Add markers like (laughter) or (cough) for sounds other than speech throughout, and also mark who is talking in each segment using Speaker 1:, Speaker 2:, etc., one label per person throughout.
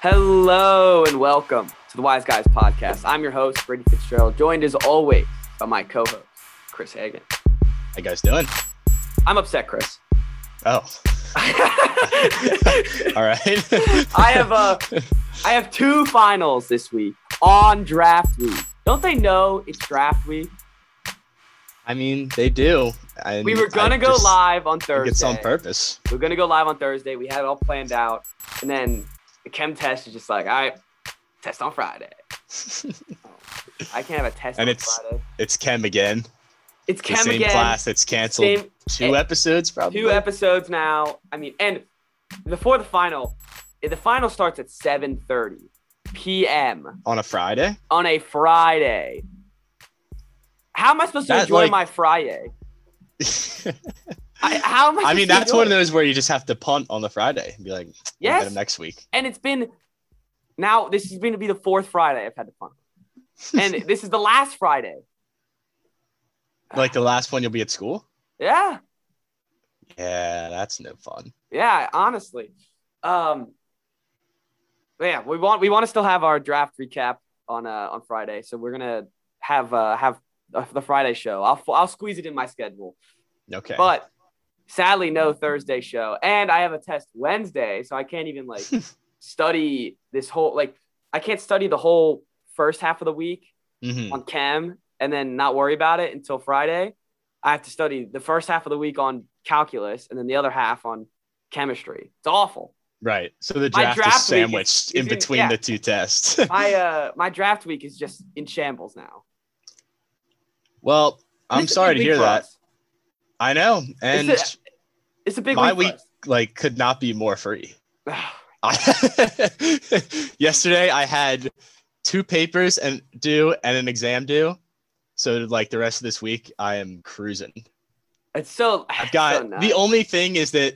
Speaker 1: Hello and welcome to the Wise Guys Podcast. I'm your host, Brady Fitzgerald, joined as always by my co host, Chris Hagan.
Speaker 2: How you guys doing?
Speaker 1: I'm upset, Chris. (laughs)
Speaker 2: Oh,
Speaker 1: I
Speaker 2: all right.
Speaker 1: (laughs) have uh, I have two finals this week on draft week. Don't they know it's draft week?
Speaker 2: I mean, they do. And
Speaker 1: We were gonna
Speaker 2: I
Speaker 1: go
Speaker 2: just
Speaker 1: live on
Speaker 2: think
Speaker 1: Thursday.
Speaker 2: It's on purpose.
Speaker 1: We We're gonna go live on Thursday. We had it all planned out, and then the chem test is just like, all right, test on
Speaker 2: (laughs)
Speaker 1: Friday. I can't have a test
Speaker 2: And
Speaker 1: on
Speaker 2: it's
Speaker 1: Friday.
Speaker 2: it's Chem again.
Speaker 1: It's
Speaker 2: The
Speaker 1: chem
Speaker 2: same
Speaker 1: again.
Speaker 2: class that's canceled.
Speaker 1: Same eh,
Speaker 2: Two episodes probably.
Speaker 1: two episodes now. I mean, and before the final, eh, the final starts at 7:30 p.m.
Speaker 2: on
Speaker 1: (laughs)
Speaker 2: a Friday.
Speaker 1: on a Friday. How am I supposed to
Speaker 2: That,
Speaker 1: enjoy
Speaker 2: like-
Speaker 1: my Friday? I, how am I?
Speaker 2: I mean,
Speaker 1: supposed to
Speaker 2: that's one of
Speaker 1: enjoy it?
Speaker 2: those where you just have to punt on the Friday and be like, we'll
Speaker 1: Yes.
Speaker 2: get 'em next week.
Speaker 1: And it's been now. This is going to be the fourth Friday I've had to fun,
Speaker 2: (laughs)
Speaker 1: and this is the last Friday.
Speaker 2: Like the last one, you'll be at school.
Speaker 1: Yeah,
Speaker 2: Yeah, that's no fun.
Speaker 1: yeah. Honestly, um, but yeah. We want we want to still have our draft recap on uh on Friday, so we're gonna have uh have the- the Friday show. I'll I'll squeeze it in my schedule.
Speaker 2: Okay.
Speaker 1: But sadly, no Thursday show, and I have a test Wednesday, so I can't even like study this whole like I can't study the whole first half of the week
Speaker 2: Mhm.
Speaker 1: on chem and then not worry about it until Friday. I have to study the first half of the week on calculus and then the other half on chemistry. It's awful.
Speaker 2: Right. So the
Speaker 1: My
Speaker 2: draft,
Speaker 1: draft week
Speaker 2: is
Speaker 1: is-
Speaker 2: sandwiched
Speaker 1: is
Speaker 2: in
Speaker 1: in-
Speaker 2: between
Speaker 1: yeah.
Speaker 2: the two tests. (laughs)
Speaker 1: My uh my draft week is just in shambles now.
Speaker 2: well,
Speaker 1: And
Speaker 2: I'm
Speaker 1: it's a
Speaker 2: sorry
Speaker 1: big
Speaker 2: to
Speaker 1: week
Speaker 2: hear
Speaker 1: for
Speaker 2: that.
Speaker 1: us.
Speaker 2: I know, and
Speaker 1: It's It's a big
Speaker 2: My
Speaker 1: week.
Speaker 2: week- like could not be more free.
Speaker 1: for us. (sighs)
Speaker 2: I, (laughs) yesterday, I had two papers and due and an exam due. So like the rest of this week, I am cruising.
Speaker 1: It's so (sighs)
Speaker 2: I've got
Speaker 1: so
Speaker 2: the
Speaker 1: nuts.
Speaker 2: only thing is that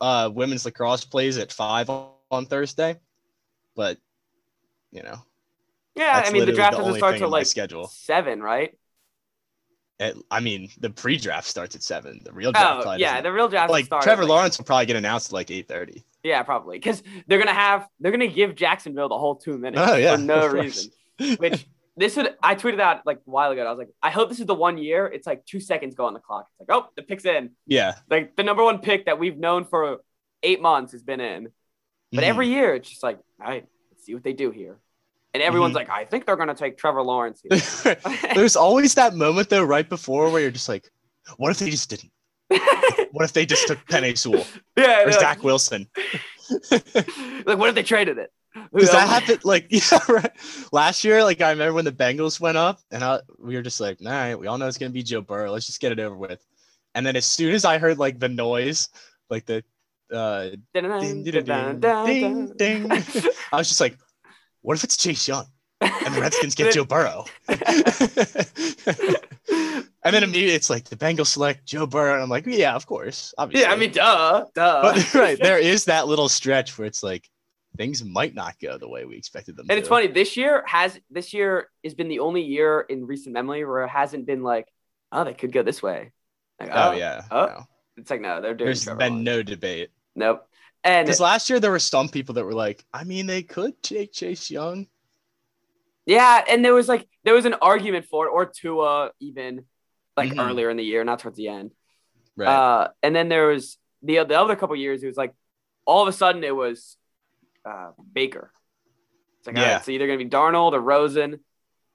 Speaker 2: uh, women's lacrosse plays at five on, on Thursday, but you know
Speaker 1: yeah. I
Speaker 2: that's
Speaker 1: mean the
Speaker 2: literally
Speaker 1: draft
Speaker 2: the
Speaker 1: doesn't
Speaker 2: only
Speaker 1: start
Speaker 2: thing
Speaker 1: till
Speaker 2: in my
Speaker 1: like
Speaker 2: schedule.
Speaker 1: seven, right?
Speaker 2: it, I mean the pre-draft starts at seven. The real draft,
Speaker 1: Oh
Speaker 2: probably
Speaker 1: yeah,
Speaker 2: doesn't-
Speaker 1: the real draft.
Speaker 2: like
Speaker 1: started,
Speaker 2: Trevor
Speaker 1: like-
Speaker 2: Lawrence will probably get announced at like eight thirty.
Speaker 1: Yeah, probably because they're gonna have they're gonna give Jacksonville the whole two minutes
Speaker 2: Oh, yeah,
Speaker 1: for no
Speaker 2: (laughs) of course.
Speaker 1: reason. Which this would I tweeted out like a while ago. I was like, I hope this is the one year. It's like two seconds go on the clock. It's like, oh, the pick's in.
Speaker 2: Yeah,
Speaker 1: Like the number one pick that we've known for eight months has been in. But
Speaker 2: Mhm.
Speaker 1: every year it's just like, all right, let's see what they do here. And everyone's
Speaker 2: Mm-hmm.
Speaker 1: like, I think they're gonna take Trevor Lawrence
Speaker 2: (laughs)
Speaker 1: here. (laughs)
Speaker 2: There's always that moment though, right before, where you're just like, "What if they
Speaker 1: (laughs)
Speaker 2: just didn't? What if they just took Penny Sewell
Speaker 1: yeah, (laughs)
Speaker 2: or
Speaker 1: they're like,
Speaker 2: Zach Wilson?"
Speaker 1: (laughs) like, what if they traded it?
Speaker 2: Because that
Speaker 1: Who-
Speaker 2: happened like (laughs) yeah, right. last year. Like I remember when the Bengals went up, and I, we were just like, "All right, we all know it's gonna be Joe Burrow. Let's just get it over with." And then as soon as I heard like the noise, like the uh, ding, ding, ding, ding,
Speaker 1: (laughs)
Speaker 2: ding, I was just like, "What if it's Chase Young and the
Speaker 1: (laughs)
Speaker 2: Redskins get Joe Burrow?" And then immediately it's like the Bengals select Joe Burrow. And I'm like, yeah, of course. Obviously.
Speaker 1: Yeah, I mean, uh, duh, duh.
Speaker 2: but (laughs) right,
Speaker 1: (laughs)
Speaker 2: there is that little stretch where it's like things might not go the way we expected them
Speaker 1: and
Speaker 2: to.
Speaker 1: it's funny. This year has this year has been the only year in recent memory where it hasn't been like, oh, they could go this way. Like,
Speaker 2: Oh, yeah.
Speaker 1: oh,
Speaker 2: no.
Speaker 1: It's like no, they're doing.
Speaker 2: There's
Speaker 1: Trevor
Speaker 2: been
Speaker 1: Lawrence.
Speaker 2: no debate.
Speaker 1: Nope. And
Speaker 2: Because last year there were some people that were like, I mean, they could take Chase Young.
Speaker 1: yeah, and there was like there was an argument for it, or Tua even, like
Speaker 2: Mhm.
Speaker 1: earlier in the year, not towards the end.
Speaker 2: Right.
Speaker 1: Uh, and then there was the the other couple years. It was like all of a sudden it was uh, Baker. It's like all right,
Speaker 2: Yeah.
Speaker 1: it's either gonna be Darnold or Rosen, and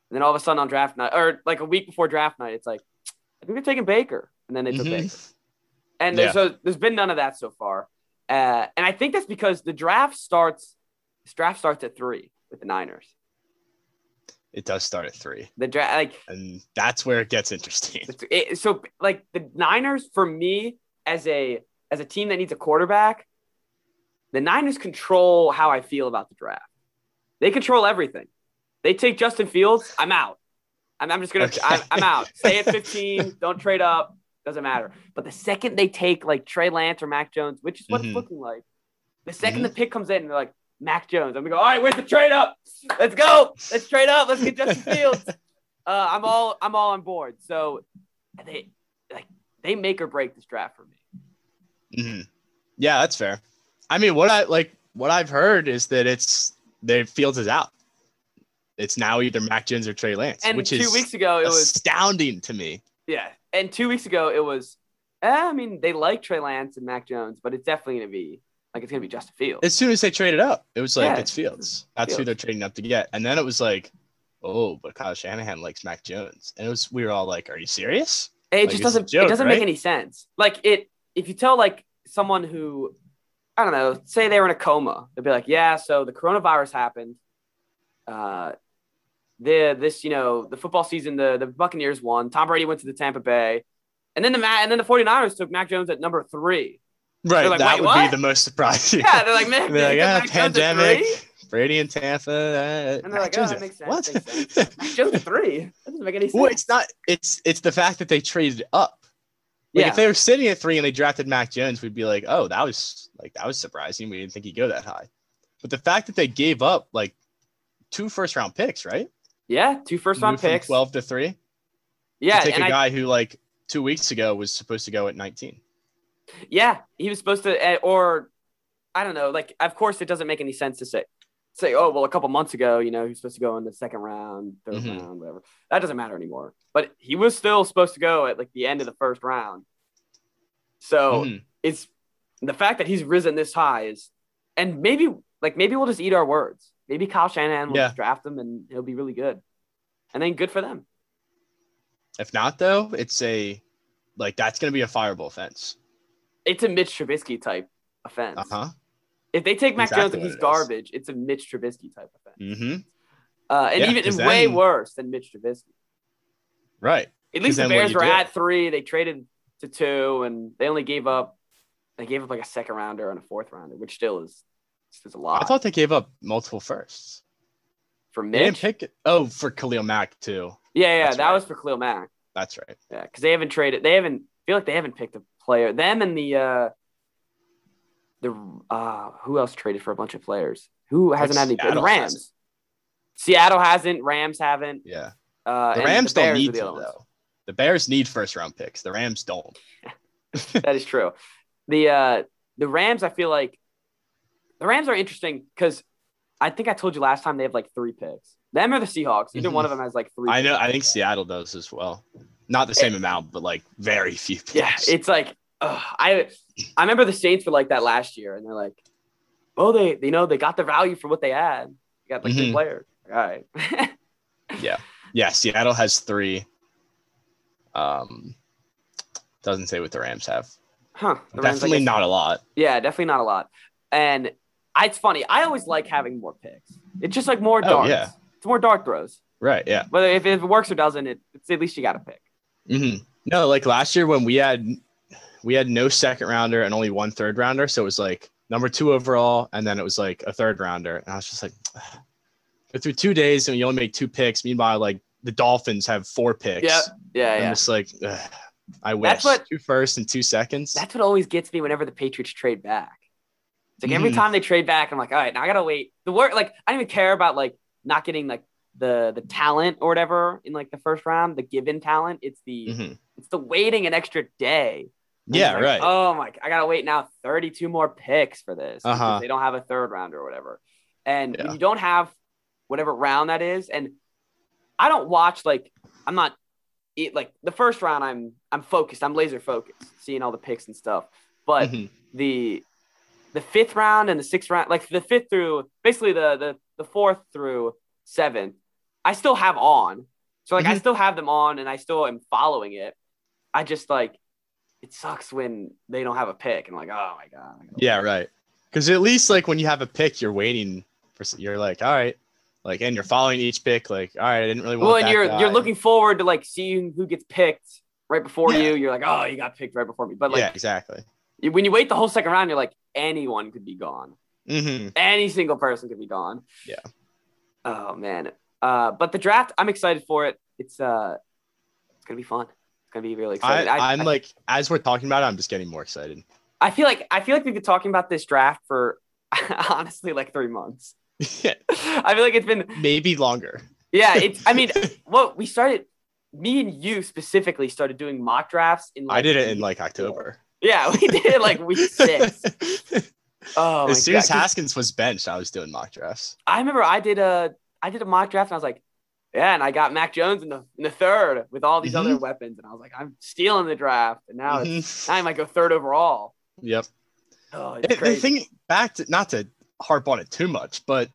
Speaker 1: then all of a sudden on draft night, or like a week before draft night, it's like I think they're taking Baker, and then they took
Speaker 2: Mhm.
Speaker 1: Baker. And there's, so there's been none of that so far. Uh, and I think that's because the draft starts. This draft starts at three with the Niners.
Speaker 2: It does start at three.
Speaker 1: The draft, like
Speaker 2: And that's where it gets interesting.
Speaker 1: It's- it- so like the Niners for me as a as a team that needs a quarterback, the Niners control how I feel about the draft. They control everything. They take Justin Fields, I'm out. I'm, I'm just gonna
Speaker 2: Okay.
Speaker 1: I'm, I'm out. Stay at 15. don't trade up. Doesn't matter. But the second they take like Trey Lance or Mac Jones, which is what
Speaker 2: Mhm.
Speaker 1: it's looking like, the 2nd the pick comes in, they're like Mac Jones. I'm gonna go. All right, where's the trade up? Let's go. Let's trade up. Let's get
Speaker 2: (laughs)
Speaker 1: Justin Fields uh, I'm all I'm all on board. So they like they make or break this draft for me.
Speaker 2: Mm-hmm. Mhm. Yeah, that's fair. I mean, what I like, what I've heard is that it's their Fields is out. It's now either Mac Jones or Trey Lance,
Speaker 1: And
Speaker 2: which
Speaker 1: two
Speaker 2: is
Speaker 1: weeks ago, it was
Speaker 2: astounding to me.
Speaker 1: yeah. And two weeks ago, it was. eh, I mean, they like Trey Lance and Mac Jones, but it's definitely gonna be like it's gonna be Justin Fields.
Speaker 2: As soon as they traded up, it was like
Speaker 1: Yeah.
Speaker 2: it's Fields. That's who
Speaker 1: Fields.
Speaker 2: they're trading up to get. And then it was like, oh, but Kyle Shanahan likes Mac Jones, and it was we were all like, are you serious?
Speaker 1: it
Speaker 2: Like,
Speaker 1: just
Speaker 2: it's a
Speaker 1: doesn't it
Speaker 2: joke,
Speaker 1: doesn't make
Speaker 2: right?
Speaker 1: any sense like it if you tell like someone who i don't know say they were in a coma they'd be like yeah so the coronavirus happened uh the this you know the football season the the buccaneers won tom brady went to the tampa bay and then the Ma- and then the 49ers took mac jones at number three
Speaker 2: (laughs) Right,
Speaker 1: like,
Speaker 2: that
Speaker 1: "Wait,
Speaker 2: would
Speaker 1: what?"
Speaker 2: be the most surprising.
Speaker 1: yeah they're like man
Speaker 2: And they're like,
Speaker 1: they took
Speaker 2: yeah,
Speaker 1: Mac Jones at
Speaker 2: pandemic,
Speaker 1: three?
Speaker 2: (laughs) Brady and Tampa. Uh,
Speaker 1: And they're like,
Speaker 2: Mac
Speaker 1: oh,
Speaker 2: Jones
Speaker 1: that
Speaker 2: at-
Speaker 1: makes sense,
Speaker 2: What?
Speaker 1: makes Mac Jones at three that doesn't make any sense
Speaker 2: (laughs) well, it's not. It's it's the fact that they traded up. Like
Speaker 1: yeah
Speaker 2: if they were sitting at three and they drafted Mac Jones, we'd be like, oh, that was like that was surprising. We didn't think he'd go that high. But the fact that they gave up like two first round picks, right?
Speaker 1: yeah two first round
Speaker 2: Moved from
Speaker 1: picks
Speaker 2: twelve to three. to
Speaker 1: yeah
Speaker 2: take
Speaker 1: and
Speaker 2: a
Speaker 1: I-
Speaker 2: guy who like two weeks ago was supposed to go at nineteen.
Speaker 1: Yeah, he was supposed to, eh, or I don't know. Like, of course, it doesn't make any sense to say, say, oh, well, a couple months ago, you know, he was supposed to go in the second round, 3rd
Speaker 2: Mhm.
Speaker 1: round, whatever. That doesn't matter anymore. But he was still supposed to go at like the end of the first round. So
Speaker 2: Mhm.
Speaker 1: it's the fact that he's risen this high is, and maybe like maybe we'll just eat our words. Maybe Kyle Shanahan will
Speaker 2: Yeah.
Speaker 1: just draft him and he'll be really good, and then good for them.
Speaker 2: If not, though, it's a like that's gonna be a fireable offense.
Speaker 1: It's a Mitch Trubisky type offense.
Speaker 2: Uh huh.
Speaker 1: If they take Mac
Speaker 2: Exactly
Speaker 1: Jones and
Speaker 2: what
Speaker 1: he's
Speaker 2: it is.
Speaker 1: garbage, it's a Mitch Trubisky type offense.
Speaker 2: Mm-hmm.
Speaker 1: Uh, and
Speaker 2: Yeah,
Speaker 1: even
Speaker 2: 'cause
Speaker 1: way
Speaker 2: then-
Speaker 1: worse than Mitch Trubisky.
Speaker 2: Right.
Speaker 1: At least the
Speaker 2: then what
Speaker 1: Bears
Speaker 2: you
Speaker 1: were
Speaker 2: do-
Speaker 1: at three. They traded to two, and they only gave up. They gave up like a second rounder and a fourth rounder, which still is, is a lot
Speaker 2: I thought they gave up multiple firsts.
Speaker 1: for
Speaker 2: They didn't
Speaker 1: Mitch.
Speaker 2: pick it. Oh, for Khalil Mack too.
Speaker 1: yeah, yeah,
Speaker 2: That's
Speaker 1: that
Speaker 2: right.
Speaker 1: was for Khalil Mack.
Speaker 2: That's right.
Speaker 1: Yeah, because they haven't traded. They haven't. I feel like they haven't picked a player. Them and the uh, the uh, who else traded for a bunch of players? Who hasn't had any? and
Speaker 2: Seattle
Speaker 1: Rams.
Speaker 2: hasn't.
Speaker 1: Seattle hasn't. Rams haven't.
Speaker 2: Yeah.
Speaker 1: Uh,
Speaker 2: The
Speaker 1: and Bears
Speaker 2: Rams don't
Speaker 1: are
Speaker 2: need
Speaker 1: the
Speaker 2: to
Speaker 1: other ones.
Speaker 2: though. The Bears need first round picks. The Rams don't.
Speaker 1: that is true. The uh the Rams, I feel like the Rams are interesting because I think I told you last time they have like three picks. Them or the Seahawks. Either
Speaker 2: Mhm.
Speaker 1: one of them has like three.
Speaker 2: I know.
Speaker 1: picks.
Speaker 2: I think Seattle does as well. Not the same amount, but like very few. Picks.
Speaker 1: Yeah, it's like ugh, I I remember the Saints were like that last year, and they're like, oh, they you know they got the value for what they had. They got like three
Speaker 2: Mhm.
Speaker 1: players. All right. (laughs)
Speaker 2: yeah. Seattle has three. Um, doesn't say what the Rams have.
Speaker 1: huh. The Rams, I
Speaker 2: Definitely
Speaker 1: guess-
Speaker 2: not a lot.
Speaker 1: Yeah, definitely not a lot. And I, it's funny. I always like having more picks. It's just like more
Speaker 2: Oh,
Speaker 1: darts.
Speaker 2: yeah.
Speaker 1: It's more dart throws.
Speaker 2: Right. Yeah.
Speaker 1: whether if, if it works or doesn't, it, it's at least you got to pick.
Speaker 2: hmm No, like last year when we had we had no second rounder and only one third rounder, so it was like number two overall, and then it was like a third rounder, and I was just like, (sighs) go through two days and you only make two picks. Meanwhile, like the Dolphins have four picks.
Speaker 1: Yeah, yeah,
Speaker 2: I'm
Speaker 1: yeah.
Speaker 2: just like, ugh, I wish
Speaker 1: That's what-
Speaker 2: two first and two seconds.
Speaker 1: That's what always gets me whenever the Patriots trade back. It's like every
Speaker 2: Mhm.
Speaker 1: time they trade back, I'm like, all right, now I gotta wait. The work, like, I don't even care about like not getting like the the talent or whatever in like the first round, the given talent. It's the
Speaker 2: Mhm.
Speaker 1: it's the waiting an extra day. I'm
Speaker 2: Yeah,
Speaker 1: just like,
Speaker 2: right.
Speaker 1: Oh my, I gotta wait now 32 more picks for this. because
Speaker 2: Uh-huh.
Speaker 1: They don't have a third round or whatever. And when
Speaker 2: Yeah.
Speaker 1: you don't have whatever round that is, and I don't watch like I'm not it, like the first round. I'm I'm focused. I'm laser focused, seeing all the picks and stuff. But
Speaker 2: Mhm.
Speaker 1: the the fifth round and the sixth round, like the fifth through basically the the, the fourth through seventh, I still have on. So like I
Speaker 2: Mhm.
Speaker 1: still have them on and I still am following it. I just like it sucks when they don't have a pick and like oh my god. I gotta
Speaker 2: Yeah, right. Because at least like when you have a pick, you're waiting for. s- You're like, all right, like, and you're following each pick. Like, all right, I didn't really want.
Speaker 1: well, and
Speaker 2: that
Speaker 1: you're
Speaker 2: guy.
Speaker 1: you're looking forward to like seeing who gets picked right before
Speaker 2: Yeah.
Speaker 1: you. You're like, oh, you got picked right before me. But
Speaker 2: yeah,
Speaker 1: like
Speaker 2: exactly.
Speaker 1: you- when you wait the whole second round, you're like, anyone could be gone.
Speaker 2: hmm
Speaker 1: Any single person could be gone.
Speaker 2: Yeah.
Speaker 1: Oh man. Uh, but the draft, I'm excited for it. It's uh, it's gonna be fun. It's gonna be really
Speaker 2: I,
Speaker 1: exciting.
Speaker 2: I, am like, as we're talking about it, I'm just getting more excited. (laughs)
Speaker 1: I feel like I feel like we've been talking about this draft for (laughs) honestly like three months. (laughs) I feel like it's been
Speaker 2: Maybe longer.
Speaker 1: yeah. It's I mean,
Speaker 2: (laughs)
Speaker 1: what we started, me and you specifically started doing mock drafts in. Like,
Speaker 2: I did it in like October. (laughs)
Speaker 1: Yeah, we did it like week six. Oh, my
Speaker 2: as soon as
Speaker 1: God. 'Cause
Speaker 2: Haskins was benched, I was doing mock drafts.
Speaker 1: I remember I did a I did a mock draft and I was like, yeah, and I got Mac Jones in the in the third with all these
Speaker 2: Mm-hmm.
Speaker 1: other weapons, and I was like, I'm stealing the draft, and now it's,
Speaker 2: Mhm.
Speaker 1: now I might go third overall.
Speaker 2: Yep.
Speaker 1: Oh, it's
Speaker 2: The- The
Speaker 1: crazy.
Speaker 2: thing back to not to harp on it too much, but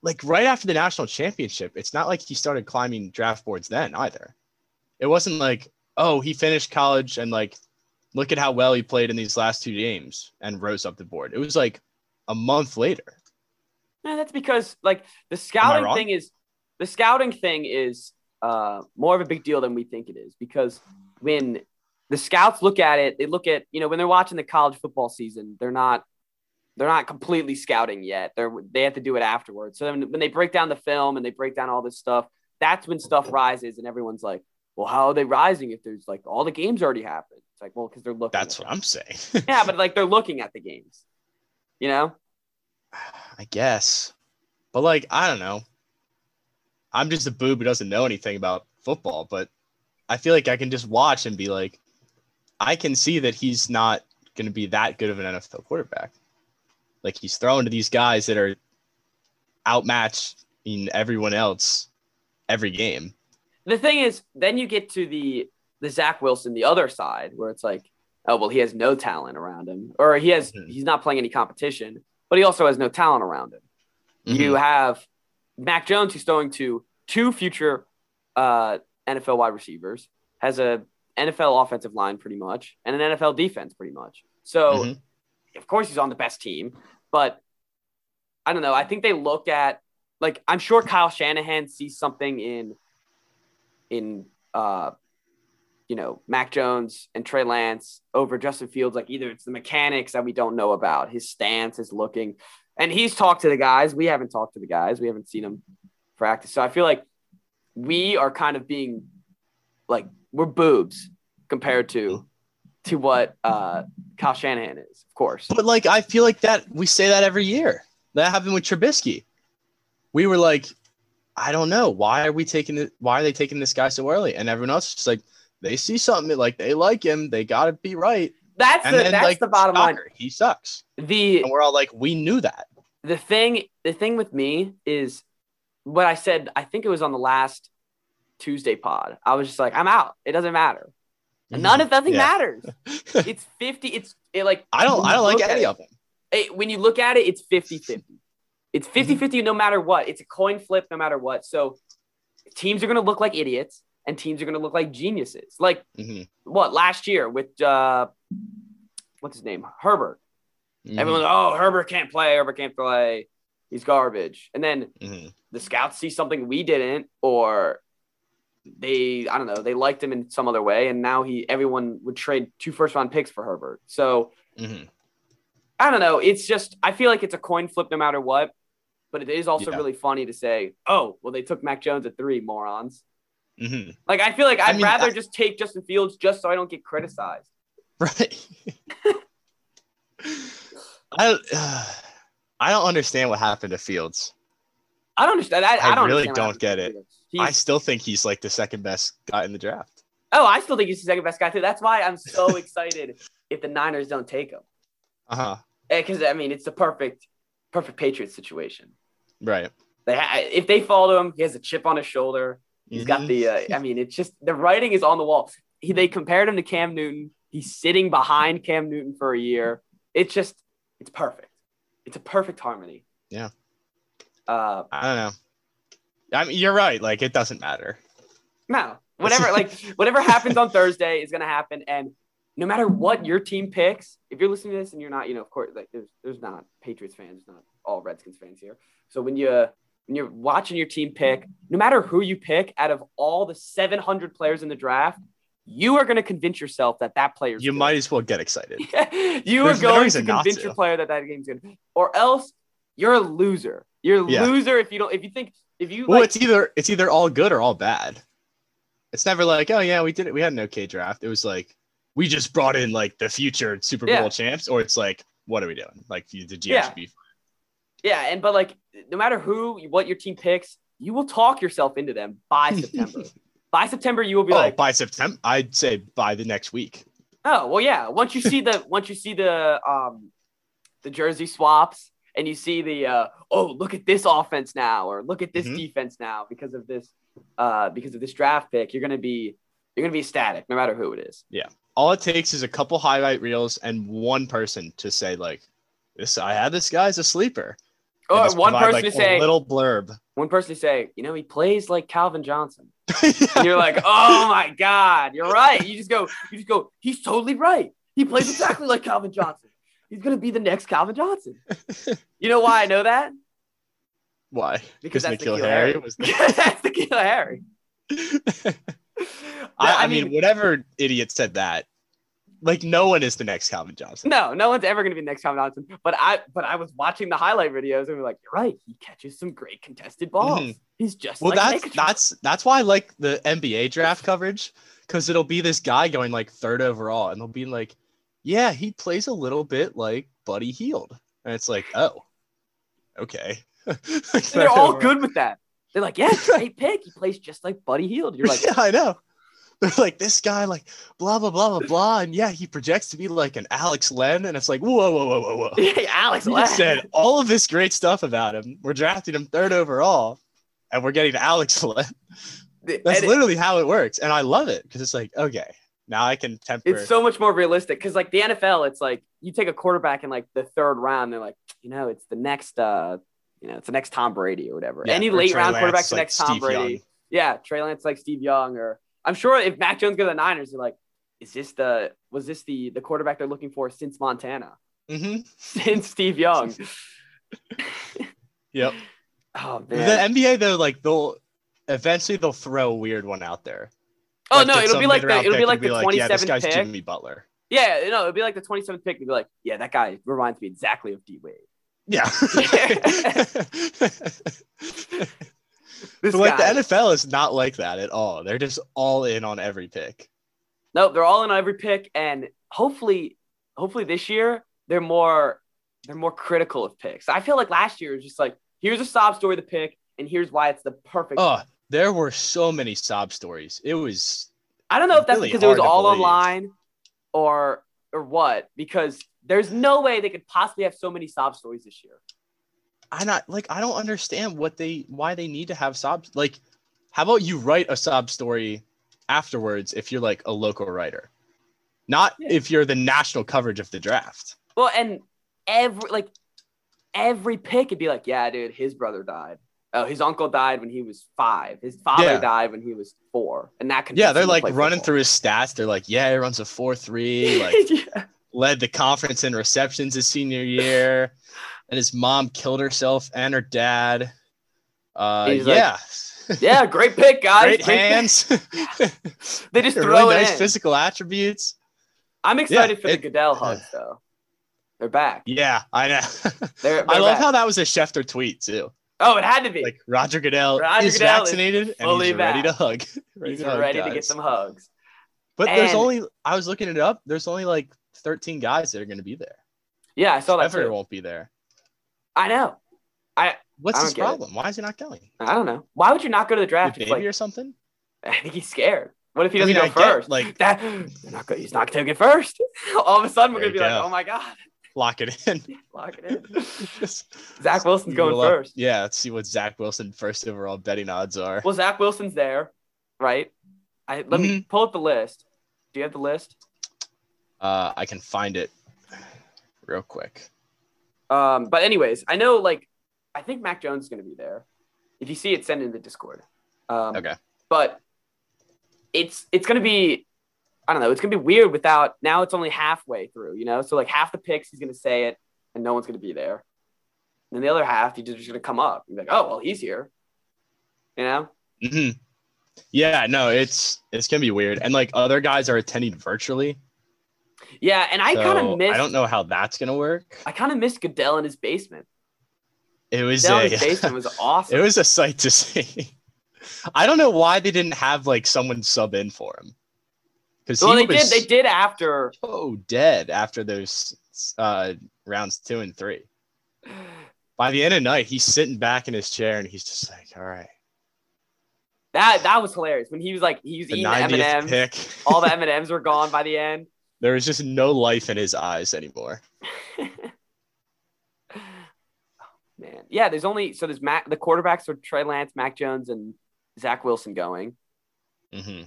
Speaker 2: like right after the national championship, it's not like he started climbing draft boards then either. It wasn't like, oh, he finished college and like look at how well he played in these last two games and rose up the board. It was like a month later.
Speaker 1: No, Eh, that's because like the scouting
Speaker 2: wrong?
Speaker 1: thing is the scouting thing is uh, more of a big deal than we think it is because when the scouts look at it, they look at you know when they're watching the college football season, they're not they're not completely scouting yet. They're they have to do it afterwards. So then when they break down the film and they break down all this stuff, that's when stuff rises and everyone's like, well, how are they rising if there's like all the games already happened? It's like well because they're looking.
Speaker 2: That's
Speaker 1: at
Speaker 2: what
Speaker 1: it.
Speaker 2: I'm saying.
Speaker 1: (laughs) yeah, but like they're looking at the games, you know.
Speaker 2: (sighs) I guess. But like, I don't know. I'm just a boob who doesn't know anything about football, but I feel like I can just watch and be like, I can see that he's not going to be that good of an NFL quarterback. Like he's thrown to these guys that are outmatching everyone else every game.
Speaker 1: the thing is, then you get to the the Zach Wilson, the other side, where it's like, oh well, he has no talent around him, or he has
Speaker 2: Mhm.
Speaker 1: he's not playing any competition, but he also has no talent around him.
Speaker 2: Mm-hmm.
Speaker 1: You have Mac Jones, who's throwing to two future uh, NFL wide receivers, has a NFL offensive line pretty much, and an NFL defense pretty much. So
Speaker 2: Mhm.
Speaker 1: of course he's on the best team, but I don't know. I think they look at like I'm sure Kyle Shanahan sees something in in uh you know Mac Jones and Trey Lance over Justin Fields. Like either it's the mechanics that we don't know about, his stance, his looking, and he's talked to the guys. We haven't talked to the guys. We haven't seen them practice. So I feel like we are kind of being like we're boobs compared to to what uh Kyle Shanahan is, of course.
Speaker 2: But like, I feel like that we say that every year. That happened with Trubisky. We were like, I don't know why are we taking it? Why are they taking this guy so early? And everyone else is just like, they see something like they like him. They got to be right.
Speaker 1: That's
Speaker 2: And
Speaker 1: the,
Speaker 2: then,
Speaker 1: that's
Speaker 2: like,
Speaker 1: the bottom line.
Speaker 2: Shocker, he sucks.
Speaker 1: The
Speaker 2: And we're all like, we knew that.
Speaker 1: the thing the thing with me is what I said. I think it was on the last Tuesday pod. I was just like, I'm out. It doesn't matter. None of nothing
Speaker 2: Mm-hmm. Yeah.
Speaker 1: matters. It's fifty. It's it like
Speaker 2: Mm-hmm. I don't.
Speaker 1: when
Speaker 2: I
Speaker 1: you
Speaker 2: don't like
Speaker 1: look at
Speaker 2: any
Speaker 1: it-
Speaker 2: of them.
Speaker 1: it- when you look at it, it's 50-50. It's 50-50 no matter what. It's a coin flip no matter what. So teams are going to look like idiots and teams are going to look like geniuses. Like
Speaker 2: Mhm.
Speaker 1: what last year with uh what's his name? Herbert.
Speaker 2: Mhm.
Speaker 1: Everyone, oh, Herbert can't play, Herbert can't play. He's garbage. And then
Speaker 2: Mhm.
Speaker 1: the scouts see something we didn't or they I don't know, they liked him in some other way and now he everyone would trade two first round picks for Herbert. So
Speaker 2: Mhm.
Speaker 1: I don't know. It's just I feel like it's a coin flip no matter what. But it is also
Speaker 2: Yeah.
Speaker 1: really funny to say, oh, well, they took Mac Jones at three, morons.
Speaker 2: Mhm.
Speaker 1: Like I feel like I'd
Speaker 2: mean,
Speaker 1: rather
Speaker 2: I-
Speaker 1: just take Justin Fields just so I don't get criticized.
Speaker 2: (laughs) Right. (laughs) I (sighs) don't. I don't understand what happened to Fields.
Speaker 1: I don't understand. I,
Speaker 2: I
Speaker 1: I don't
Speaker 2: really
Speaker 1: understand what
Speaker 2: don't
Speaker 1: happened
Speaker 2: get
Speaker 1: to
Speaker 2: it.
Speaker 1: Fields. He's-
Speaker 2: I still think he's like the second best guy in the draft.
Speaker 1: oh, I still think he's the second best guy too. That's why I'm
Speaker 2: (laughs)
Speaker 1: so excited if the Niners don't take him
Speaker 2: Uh
Speaker 1: Uh-huh.
Speaker 2: huh.
Speaker 1: because Eh, I mean it's the perfect, perfect Patriots situation.
Speaker 2: Right.
Speaker 1: They ha- if they follow him, he has a chip on his shoulder. He's got
Speaker 2: Mhm.
Speaker 1: the. Uh, I mean, it's just the writing is on the wall. He, they compared him to Cam Newton. He's sitting behind Cam Newton for a year. It's just, it's perfect. It's a perfect harmony.
Speaker 2: Yeah.
Speaker 1: Uh,
Speaker 2: I don't know. I mean, you're right. Like it doesn't matter.
Speaker 1: no, whatever.
Speaker 2: (laughs)
Speaker 1: like whatever happens on Thursday is gonna happen, and no matter what your team picks, if you're listening to this and you're not, you know, of course, like there's there's not Patriots fans, not all Redskins fans here. So when you when you're watching your team pick, no matter who you pick, out of all the 700 players in the draft, you are going to convince yourself that that player.
Speaker 2: You might as well get excited.
Speaker 1: (laughs) you are
Speaker 2: There's no
Speaker 1: going to
Speaker 2: reason not
Speaker 1: convince
Speaker 2: to.
Speaker 1: your player that that game's good, or else you're a loser. You're a
Speaker 2: Yeah.
Speaker 1: loser if you don't. If you think if you
Speaker 2: Well,
Speaker 1: like,
Speaker 2: it's either it's either all good or all bad. It's never like, oh yeah, we did it. We had an okay draft. It was like we just brought in like the future Super Bowl
Speaker 1: Yeah.
Speaker 2: champs, or it's like, what are we doing? Like the GM
Speaker 1: Yeah.
Speaker 2: should be.
Speaker 1: Yeah, and but like no matter who what your team picks, you will talk yourself into them
Speaker 2: (laughs)
Speaker 1: by September. by September, you will be
Speaker 2: Oh,
Speaker 1: like,
Speaker 2: by September, I'd say by the next week.
Speaker 1: (laughs) oh well, yeah. Once you see the once you see the um the jersey swaps and you see the uh, oh look at this offense now or look at this
Speaker 2: Mhm.
Speaker 1: defense now because of this uh, because of this draft pick you're gonna be you're gonna be ecstatic no matter who it is
Speaker 2: all it takes is a couple highlight reels and one person to say like this i had this guy as a sleeper And
Speaker 1: oh
Speaker 2: just
Speaker 1: one
Speaker 2: provide,
Speaker 1: person
Speaker 2: like,
Speaker 1: to
Speaker 2: a
Speaker 1: say
Speaker 2: little blurb
Speaker 1: one person to say you know he plays like calvin
Speaker 2: (laughs)
Speaker 1: johnson
Speaker 2: Yeah.
Speaker 1: and you're like oh my god you're right you just go you just go he's totally right he plays exactly like calvin johnson he's gonna be the next calvin johnson you know why i know that (laughs)
Speaker 2: why
Speaker 1: because that's
Speaker 2: Nikhil
Speaker 1: the
Speaker 2: Harry
Speaker 1: Harry.
Speaker 2: was (laughs) the-
Speaker 1: that's the Kill
Speaker 2: (laughs)
Speaker 1: Harry.
Speaker 2: I, I mean whatever idiot said that like no one is the next calvin johnson
Speaker 1: no, no one's ever gonna be the next Calvin Johnson. But I, but I was watching the highlight videos and we're like, you're right. He catches some great contested balls.
Speaker 2: Mhm.
Speaker 1: He's just
Speaker 2: well
Speaker 1: like
Speaker 2: that's
Speaker 1: Megatron.
Speaker 2: that's that's why i like the nba draft coverage because it'll be this guy going like third overall and they'll be like yeah he plays a little bit like buddy healed and it's like oh okay (laughs)
Speaker 1: And they're all good with that. They're like, yeah, it's a great pick. He plays just like Buddy Heald. You're like,
Speaker 2: (laughs) yeah, I know. They're like this guy, like blah blah blah blah blah, and yeah, he projects to be like an Alex Len, and it's like whoa whoa
Speaker 1: (laughs)
Speaker 2: whoa whoa whoa.
Speaker 1: hey, Alex,
Speaker 2: You
Speaker 1: laugh.
Speaker 2: just said all of this great stuff about him. We're drafting him third overall, and we're getting Alex (laughs) Len. That's
Speaker 1: And it-
Speaker 2: literally how it works, and I love it because it's like okay, now I can temper.
Speaker 1: it's so much more realistic because like the NFL, it's like you take a quarterback in like the third round. They're like, you know, it's the next, uh, you know, it's the next Tom Brady or whatever.
Speaker 2: Yeah,
Speaker 1: Any
Speaker 2: or
Speaker 1: late
Speaker 2: Trey
Speaker 1: round
Speaker 2: Lance,
Speaker 1: quarterback's the
Speaker 2: like
Speaker 1: next Tom
Speaker 2: Steve
Speaker 1: Brady.
Speaker 2: Young.
Speaker 1: yeah, Trey Lance like Steve Young, or I'm sure if Mac Jones goes to the Niners, they're like, is this the was this the the quarterback they're looking for since Montana, (laughs)
Speaker 2: Mhm.
Speaker 1: since Steve
Speaker 2: (laughs)
Speaker 1: Young?
Speaker 2: Yep.
Speaker 1: Oh
Speaker 2: The
Speaker 1: man.
Speaker 2: NBA though, like they'll eventually they'll throw a weird one out there.
Speaker 1: oh
Speaker 2: Like,
Speaker 1: no,
Speaker 2: get
Speaker 1: it'll
Speaker 2: some
Speaker 1: be like the
Speaker 2: mid-round
Speaker 1: it'll be
Speaker 2: pick
Speaker 1: like
Speaker 2: and
Speaker 1: the
Speaker 2: yeah, this
Speaker 1: 27th
Speaker 2: guy's
Speaker 1: pick.
Speaker 2: Jimmy Butler.
Speaker 1: Yeah, no, it'll be like the 27th pick. You'll be like, yeah, that guy reminds me exactly of D Wade.
Speaker 2: (laughs) Yeah.
Speaker 1: This
Speaker 2: But like
Speaker 1: guy.
Speaker 2: the NFL is not like that at all. They're just all in on every pick.
Speaker 1: No, they're all in on every pick, and hopefully, hopefully this year they're more they're more critical of picks. I feel like last year it was just like here's a sob story of the pick, and here's why it's the perfect.
Speaker 2: Oh, there were so many sob stories. It was
Speaker 1: I don't know if that's
Speaker 2: really
Speaker 1: because it was
Speaker 2: hard to
Speaker 1: all
Speaker 2: believe.
Speaker 1: online, or or what. Because there's no way they could possibly have so many sob stories this year.
Speaker 2: I not like I don't understand what they why they need to have sob like how about you write a sob story afterwards if you're like a local writer? Not
Speaker 1: Yeah.
Speaker 2: if you're the national coverage of the draft.
Speaker 1: Well, and every like every pick would be like, yeah, dude, his brother died. Oh, his uncle died when he was five. His father
Speaker 2: Yeah.
Speaker 1: died when he was four, and that convinced
Speaker 2: Yeah, they're
Speaker 1: him to
Speaker 2: like
Speaker 1: play
Speaker 2: running
Speaker 1: football.
Speaker 2: through his stats. They're like, yeah, he runs a four three, (laughs) like led the conference in receptions his senior year, and his mom killed herself and her dad. Uh,
Speaker 1: He's like,
Speaker 2: yeah,
Speaker 1: Yeah, great pick, guys.
Speaker 2: great
Speaker 1: pick.
Speaker 2: hands,
Speaker 1: (laughs) They just
Speaker 2: (laughs) really
Speaker 1: throw it
Speaker 2: nice
Speaker 1: in.
Speaker 2: physical attributes.
Speaker 1: I'm excited for the
Speaker 2: it-
Speaker 1: Goodell hugs, though. They're back.
Speaker 2: Yeah, I know. (laughs)
Speaker 1: They're,
Speaker 2: I
Speaker 1: they're
Speaker 2: love
Speaker 1: back.
Speaker 2: how that was a Schefter tweet too.
Speaker 1: Oh, it had to be.
Speaker 2: Like Roger Goodell
Speaker 1: Roger
Speaker 2: is
Speaker 1: Goodell is
Speaker 2: vaccinated and
Speaker 1: fully
Speaker 2: he's ready
Speaker 1: back.
Speaker 2: to hug. (laughs) Ready
Speaker 1: He's
Speaker 2: to hug,
Speaker 1: ready to get
Speaker 2: guys.
Speaker 1: some hugs.
Speaker 2: But there's
Speaker 1: And-
Speaker 2: only I was looking it up. There's only like 13 guys that are going to be there.
Speaker 1: Yeah, I saw that.
Speaker 2: Schefter
Speaker 1: too.
Speaker 2: won't be there.
Speaker 1: I know.
Speaker 2: What's
Speaker 1: I don't
Speaker 2: his
Speaker 1: get it.
Speaker 2: problem? Why is he not going?
Speaker 1: I don't know. Why would you not go to the
Speaker 2: Your
Speaker 1: draft? It's
Speaker 2: baby
Speaker 1: like,
Speaker 2: or something?
Speaker 1: I think he's scared. What if he
Speaker 2: I
Speaker 1: doesn't
Speaker 2: mean, I
Speaker 1: go
Speaker 2: get,
Speaker 1: first? (laughs)
Speaker 2: like-
Speaker 1: that, they're not go, he's not going to get first. (laughs) All of a sudden, we're
Speaker 2: There
Speaker 1: going to be
Speaker 2: you
Speaker 1: like,
Speaker 2: go.
Speaker 1: oh my god, (laughs)
Speaker 2: Lock it in. (laughs)
Speaker 1: lock it in.
Speaker 2: Just
Speaker 1: Zach Wilson's going
Speaker 2: roll up.
Speaker 1: first.
Speaker 2: uh, Yeah, let's see what Zach Wilson first overall betting odds are.
Speaker 1: Well, Zach Wilson's there, right? I let me
Speaker 2: Mm-hmm.
Speaker 1: pull up the list. Do you have the list?
Speaker 2: Uh, I can find it real quick.
Speaker 1: Um, but anyways, I know like I think Mac Jones is gonna be there. If you see it, send it in the Discord. Um,
Speaker 2: Okay.
Speaker 1: But it's it's gonna be I don't know. It's gonna be weird without now. It's only halfway through, you know. So like half the picks, he's gonna say it, and no one's gonna be there. And then the other half, he's just gonna come up. He's like, oh well, he's here. You know.
Speaker 2: hmm Yeah, no, it's it's gonna be weird, and like other guys are attending virtually.
Speaker 1: Yeah, and I kind
Speaker 2: so
Speaker 1: of missed.
Speaker 2: I don't know how that's gonna work.
Speaker 1: I kind of missed Goodell in his basement.
Speaker 2: It was
Speaker 1: Goodell
Speaker 2: a
Speaker 1: in his basement
Speaker 2: (laughs)
Speaker 1: was
Speaker 2: it
Speaker 1: awesome.
Speaker 2: was a sight to see. (laughs) I don't know why they didn't have like someone sub in for him because
Speaker 1: well,
Speaker 2: he
Speaker 1: they
Speaker 2: was
Speaker 1: did. They did after
Speaker 2: so Oh, dead after those uh, rounds two and three. By the end of the night, he's sitting back in his chair and he's just like, "All right,
Speaker 1: that. That was hilarious when he was like he was
Speaker 2: the
Speaker 1: eating M and
Speaker 2: ninetieth
Speaker 1: M's.
Speaker 2: pick." (laughs)
Speaker 1: all the M&Ms were gone by the end.
Speaker 2: there was just no life in his eyes anymore.
Speaker 1: man. Yeah, there's only so there's Mac. The quarterbacks are Trey Lance, Mac Jones, and Zach Wilson going.
Speaker 2: hmm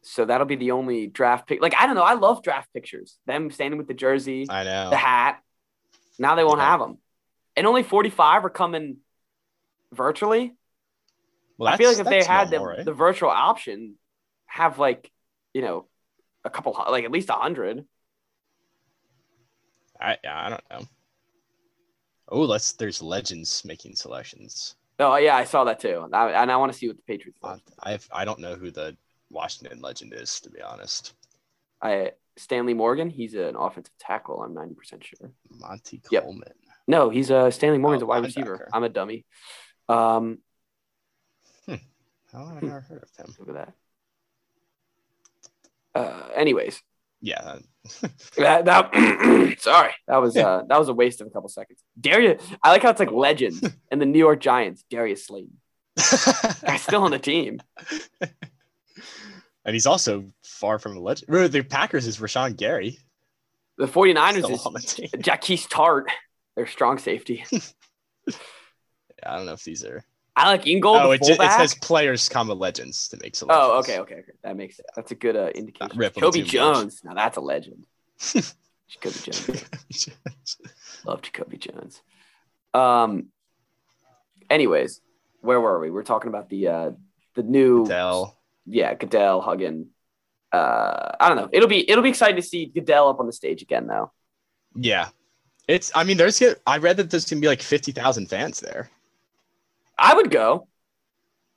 Speaker 1: So that'll be the only draft pick. Like I don't know. I love draft pictures. Them standing with the jersey,
Speaker 2: I know.
Speaker 1: the hat. Now they won't
Speaker 2: Yeah.
Speaker 1: have them, and only 45 are coming virtually.
Speaker 2: Well,
Speaker 1: I feel like
Speaker 2: that's-
Speaker 1: if they
Speaker 2: that's
Speaker 1: had the,
Speaker 2: normal, right?
Speaker 1: the virtual option, have like, you know, a couple, hu- like at least a hundred.
Speaker 2: I, I don't know. Oh, let's. There's legends making selections.
Speaker 1: Oh yeah, I saw that too, and I, and I want to see what the Patriots.
Speaker 2: I
Speaker 1: do.
Speaker 2: I've- I don't know who the Washington legend is to be honest.
Speaker 1: I Stanley Morgan, he's an offensive tackle. I'm ninety percent sure.
Speaker 2: Monty
Speaker 1: Yep.
Speaker 2: Coleman.
Speaker 1: No, he's a Stanley Morgan's
Speaker 2: Oh,
Speaker 1: a wide
Speaker 2: linebacker.
Speaker 1: receiver. I'm a dummy. Um,
Speaker 2: How have
Speaker 1: Hmm.
Speaker 2: I never heard of him?
Speaker 1: look at that. Uh, anyways,
Speaker 2: Yeah, (laughs)
Speaker 1: that, that (clears throat) sorry, that was
Speaker 2: (laughs)
Speaker 1: uh, that was a waste of a couple seconds. Darius, I like how it's like legends
Speaker 2: (laughs)
Speaker 1: and the New York Giants. Darius Slayton, guy's still on the team.
Speaker 2: and he's also far from a legend. Remember, the Packers is Rashawn Gary.
Speaker 1: The 49ers
Speaker 2: (laughs) still
Speaker 1: is
Speaker 2: on the team.
Speaker 1: Jaquise Tart, their strong safety.
Speaker 2: I don't know if these are.
Speaker 1: Alec Ingold,
Speaker 2: Oh,
Speaker 1: the
Speaker 2: it, ju- it
Speaker 1: fullback.
Speaker 2: says players, comma legends to make selections.
Speaker 1: oh, okay, okay, okay. That makes it. That's a good uh, indication.
Speaker 2: rip 'em
Speaker 1: Kobe
Speaker 2: too much.
Speaker 1: Jones. Now that's a
Speaker 2: (laughs)
Speaker 1: legend. Jacoby Jones. Love Jacoby Jones. Um. Anyways, where were we? We We're talking about the uh the new
Speaker 2: Dell.
Speaker 1: yeah Goodell Huggin. Uh, I don't know. It'll be it'll be exciting to see Goodell up on the stage again though.
Speaker 2: Yeah, it's. I mean, there's. gonna- I read that there's gonna be like fifty thousand fans there.
Speaker 1: I would go.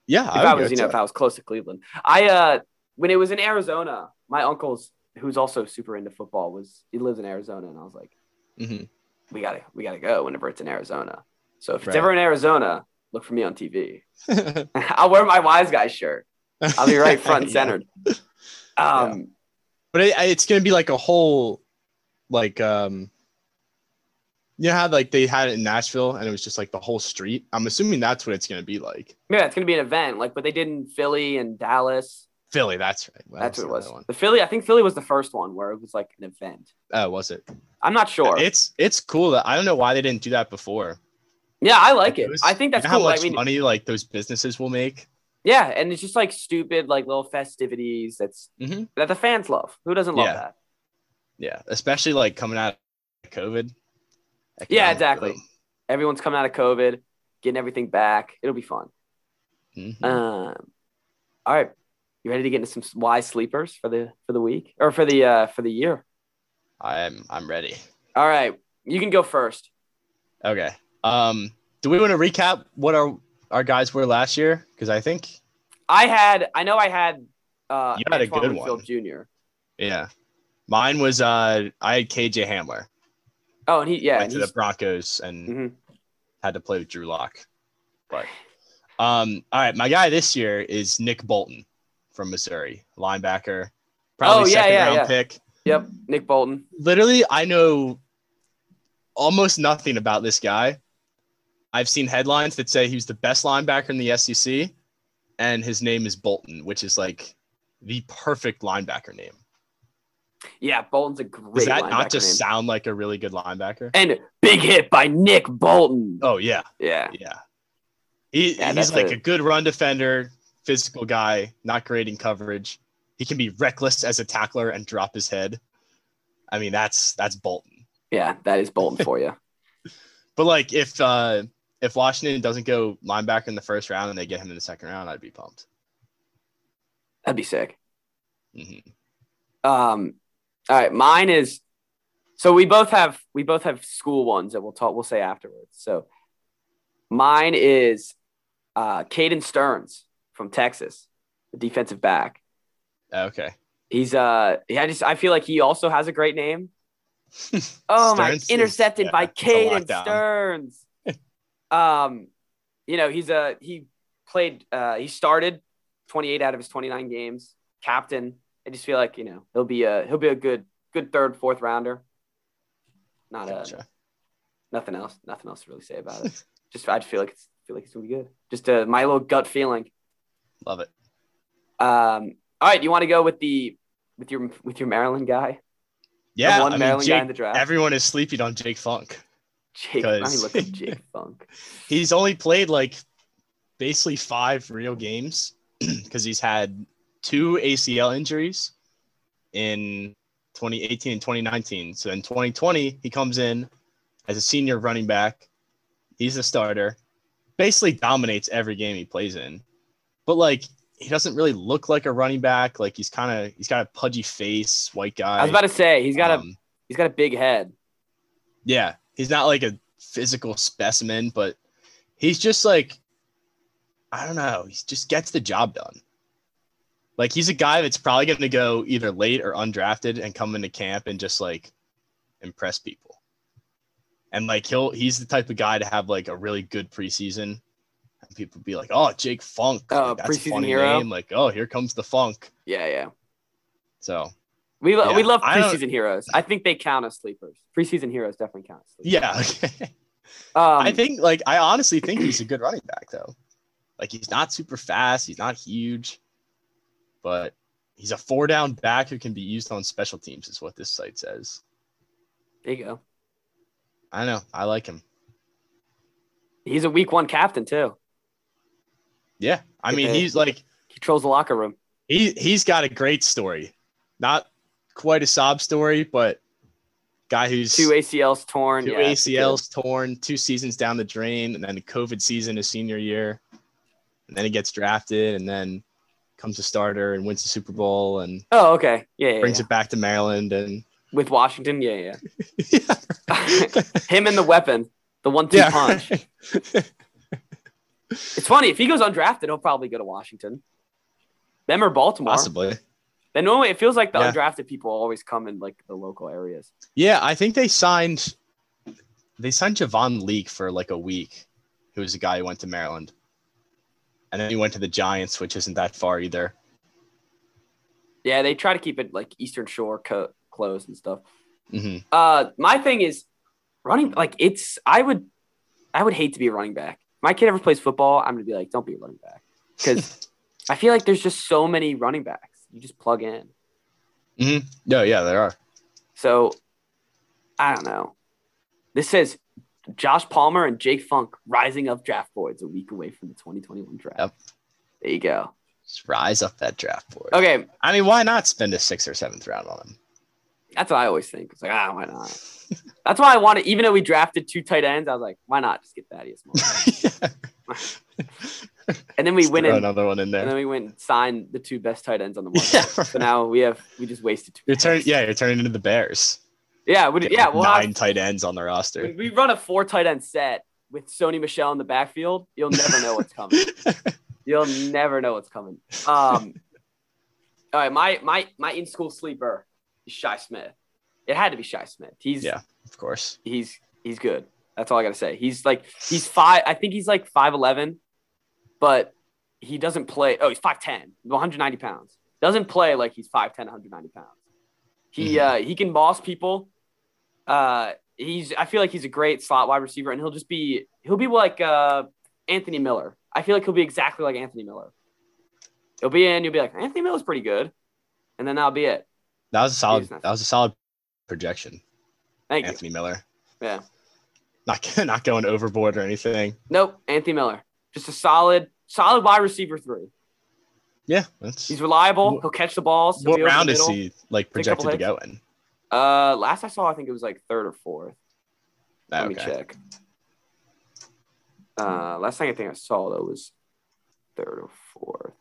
Speaker 2: Yeah,
Speaker 1: if I,
Speaker 2: would
Speaker 1: was,
Speaker 2: go
Speaker 1: you know,
Speaker 2: too.
Speaker 1: if I was close to Cleveland, I uh, when it was in Arizona, my uncle's who's also super into football was he lives in Arizona, and I was like,
Speaker 2: Mhm.
Speaker 1: we gotta we gotta go whenever it's in Arizona. So if
Speaker 2: Right.
Speaker 1: it's ever in Arizona, look for me on
Speaker 2: (laughs)
Speaker 1: TV. (laughs) I'll wear my wise guy shirt. I'll be right front and
Speaker 2: Yeah.
Speaker 1: centered. Um,
Speaker 2: But it, it's gonna be like a whole, like um. You know how like they had it in Nashville and it was just like the whole street. I'm assuming that's what it's gonna be like.
Speaker 1: yeah. it's gonna be an event, like, but they did in Philly and Dallas.
Speaker 2: Philly, that's right. Well,
Speaker 1: That's what it
Speaker 2: the
Speaker 1: was.
Speaker 2: other one.
Speaker 1: The Philly, I think Philly was the first one where it was like an event.
Speaker 2: Oh, was it?
Speaker 1: I'm not sure.
Speaker 2: It's it's cool that I don't know why they didn't do that before.
Speaker 1: yeah, I like it.
Speaker 2: was-
Speaker 1: I think that's
Speaker 2: you know
Speaker 1: cool.
Speaker 2: How much
Speaker 1: I mean,
Speaker 2: money like those businesses will make?
Speaker 1: Yeah, and it's just like stupid, like little festivities that's
Speaker 2: Mhm.
Speaker 1: that the fans love. Who doesn't love
Speaker 2: Yeah.
Speaker 1: that?
Speaker 2: Yeah, especially like coming out of COVID.
Speaker 1: Yeah,
Speaker 2: Economic
Speaker 1: exactly.
Speaker 2: boom.
Speaker 1: Everyone's coming out of COVID, getting everything back. It'll be fun.
Speaker 2: Mhm.
Speaker 1: Um, all right, you ready to get into some wise sleepers for the for the week or for the uh, for the year?
Speaker 2: I'm I'm ready.
Speaker 1: All right, you can go first.
Speaker 2: Okay. Um, do we want to recap what our our guys were last year? Because I think
Speaker 1: I had, I know I had. Uh,
Speaker 2: You had a
Speaker 1: Antoine
Speaker 2: good
Speaker 1: Winfield
Speaker 2: one.
Speaker 1: Jr.
Speaker 2: yeah, mine was uh I had KJ Hamler
Speaker 1: Oh, and he yeah,
Speaker 2: went
Speaker 1: and
Speaker 2: to the
Speaker 1: he's,
Speaker 2: Broncos and
Speaker 1: Mhm.
Speaker 2: had to play with Drew Lock. But um, all right, my guy this year is Nick Bolton from Missouri, linebacker, probably
Speaker 1: Oh, yeah,
Speaker 2: second
Speaker 1: yeah,
Speaker 2: round
Speaker 1: yeah.
Speaker 2: pick.
Speaker 1: yep, Nick Bolton.
Speaker 2: literally I know almost nothing about this guy. I've seen headlines that say he was the best linebacker in the SEC, and his name is Bolton, which is like the perfect linebacker name.
Speaker 1: Yeah, Bolton's a great.
Speaker 2: Does that
Speaker 1: linebacker
Speaker 2: not just
Speaker 1: name.
Speaker 2: sound like a really good linebacker?
Speaker 1: And big hit by Nick Bolton.
Speaker 2: Oh yeah,
Speaker 1: Yeah,
Speaker 2: yeah. He,
Speaker 1: Yeah,
Speaker 2: he's
Speaker 1: that's
Speaker 2: like
Speaker 1: a-
Speaker 2: a good run defender, physical guy, not great in coverage. He can be reckless as a tackler and drop his head. I mean, that's that's Bolton.
Speaker 1: yeah, that is Bolton for you.
Speaker 2: But like if uh if Washington doesn't go linebacker in the first round and they get him in the second round, I'd be pumped.
Speaker 1: That'd be sick.
Speaker 2: hmm
Speaker 1: Um, all right, mine is so we both have we both have school ones that we'll talk we'll say afterwards. So mine is uh Caden Stearns from Texas, the defensive back.
Speaker 2: Okay.
Speaker 1: He's uh yeah, I just I feel like he also has a great
Speaker 2: (laughs)
Speaker 1: name. Oh my
Speaker 2: Stearns is-
Speaker 1: intercepted
Speaker 2: yeah,
Speaker 1: by
Speaker 2: it's a
Speaker 1: Caden
Speaker 2: lockdown. (laughs)
Speaker 1: Stearns. um you know, he's a he played uh he started 28 out of his 29 games, captain. I just feel like, you know, he'll be a he'll be a good good third, fourth rounder. Not a
Speaker 2: Gotcha.
Speaker 1: nothing else, nothing else to really say about
Speaker 2: (laughs)
Speaker 1: it. just I just feel like it's feel like it's gonna be good. Just uh, my little gut feeling.
Speaker 2: Love it.
Speaker 1: Um all right, you want to go with the with your with your Maryland guy? The
Speaker 2: Yeah.
Speaker 1: one
Speaker 2: I mean,
Speaker 1: Maryland guy in
Speaker 2: Jake,
Speaker 1: the draft.
Speaker 2: everyone is sleeping on Jake Funk.
Speaker 1: Jake, I mean,
Speaker 2: Because-
Speaker 1: look at Jake
Speaker 2: (laughs)
Speaker 1: Funk.
Speaker 2: He's only played like basically five real games (clears throat) because he's had two ACL injuries in 2018 and 2019. So in 2020, he comes in as a senior running back. He's a starter, basically dominates every game he plays in. But like, he doesn't really look like a running back. Like he's kind of he's got a pudgy face, white guy.
Speaker 1: I was about to say he's got a
Speaker 2: Um,
Speaker 1: he's got a big head.
Speaker 2: yeah, he's not like a physical specimen, but he's just like, I don't know, he just gets the job done. Like he's a guy that's probably going to go either late or undrafted and come into camp and just like impress people. And like he'll he's the type of guy to have like a really good preseason, and people be like, "Oh, Jake Funk,
Speaker 1: Oh,
Speaker 2: like,
Speaker 1: preseason hero.
Speaker 2: Like, oh, here comes the Funk."
Speaker 1: Yeah, yeah.
Speaker 2: So
Speaker 1: We, lo- we
Speaker 2: Yeah,
Speaker 1: love
Speaker 2: I don't-
Speaker 1: preseason heroes. I think they count as sleepers. Preseason heroes definitely count. As sleepers.
Speaker 2: yeah, (laughs)
Speaker 1: Um,
Speaker 2: I think like I honestly think he's a good running back though. Like he's not super fast, he's not huge, but he's a four down back who can be used on special teams is what this site says.
Speaker 1: there you go.
Speaker 2: I know, I like him.
Speaker 1: He's a week one captain too.
Speaker 2: Yeah. I mean,
Speaker 1: Okay.
Speaker 2: he's like
Speaker 1: He trolls the locker room.
Speaker 2: he he's got a great story. Not quite a sob story, but guy who's
Speaker 1: Two ACLs torn.
Speaker 2: two
Speaker 1: yeah, it's a good-
Speaker 2: ACLs torn, two seasons down the drain, and then the COVID season his senior year. And then he gets drafted and then comes a starter and wins the Super Bowl and
Speaker 1: Oh, okay. Yeah, yeah,
Speaker 2: brings
Speaker 1: yeah.
Speaker 2: it back to Maryland and
Speaker 1: with Washington. Yeah,
Speaker 2: (laughs)
Speaker 1: (laughs) yeah. Him and the weapon, the one-two
Speaker 2: yeah,
Speaker 1: punch.
Speaker 2: (laughs)
Speaker 1: It's funny if he goes undrafted, he'll probably go to Washington. Them or Baltimore.
Speaker 2: possibly.
Speaker 1: Then normally it feels like the
Speaker 2: Yeah.
Speaker 1: undrafted people always come in like the local areas.
Speaker 2: Yeah, I think they signed they signed Javon Leak for like a week, who was the guy who went to Maryland. And then he went to the Giants, which isn't that far either.
Speaker 1: Yeah, they try to keep it like Eastern Shore co- closed and stuff.
Speaker 2: hmm
Speaker 1: Uh, my thing is running. Like it's I would, I would hate to be a running back. If my kid ever plays football, I'm gonna be like, don't be a running back because I feel like there's just so many running backs. You just plug in.
Speaker 2: No, yeah, there are.
Speaker 1: So I don't know. This says Josh Palmer and Jake Funk rising up draft boards a week away from the 2021 draft.
Speaker 2: Yep.
Speaker 1: There you go.
Speaker 2: Just rise up that draft board.
Speaker 1: Okay,
Speaker 2: I mean, why not spend a sixth or seventh round on him?
Speaker 1: that's what I always think. It's like, ah, why not? That's why I wanted, even though we drafted two tight ends, I was like, why not just get Thaddeus Moore?
Speaker 2: (laughs)
Speaker 1: And then we
Speaker 2: Just
Speaker 1: went
Speaker 2: throw
Speaker 1: in,
Speaker 2: another one in
Speaker 1: and then
Speaker 2: there.
Speaker 1: we went and signed the two best tight ends on the market.
Speaker 2: (laughs) Yeah,
Speaker 1: So now we have, we just wasted two.
Speaker 2: you're turning.
Speaker 1: picks.
Speaker 2: Yeah, you're turning into the Bears.
Speaker 1: Yeah, we, yeah. Well,
Speaker 2: nine tight ends on the roster.
Speaker 1: when we run a four tight end set with Sony Michelle in the backfield, you'll never know what's
Speaker 2: (laughs)
Speaker 1: coming. You'll never know what's coming. Um, all right, my my my in school sleeper is Shy Smith. It had to be Shy Smith. He's
Speaker 2: Yeah. Of course.
Speaker 1: he's he's good. That's all I gotta say. He's like he's five. I think he's like five eleven, but he doesn't play. Oh, he's 5'10", 190 pounds. Doesn't play like he's 5'10", 190 pounds. He uh, he can boss people. Uh, he's I feel like he's a great slot wide receiver, and he'll just be he'll be like uh, Anthony Miller. I feel like he'll be exactly like Anthony Miller. He'll be in. You'll be like Anthony Miller's pretty good, and then that'll be it.
Speaker 2: That was a solid.
Speaker 1: He's not-
Speaker 2: That was a solid projection,
Speaker 1: Thank you.
Speaker 2: Anthony Miller.
Speaker 1: Yeah.
Speaker 2: Not (laughs) not going overboard or anything.
Speaker 1: Nope, Anthony Miller. Just a solid solid wide receiver three.
Speaker 2: Yeah. That's,
Speaker 1: He's reliable.
Speaker 2: What-
Speaker 1: He'll catch the balls. He'll
Speaker 2: what
Speaker 1: be over the
Speaker 2: round is
Speaker 1: middle.
Speaker 2: he like
Speaker 1: Take a couple
Speaker 2: projected to go in?
Speaker 1: Uh, last I saw, I think it was like third or fourth.
Speaker 2: Ah,
Speaker 1: Let me check. Uh, last thing I think I saw though was third or fourth.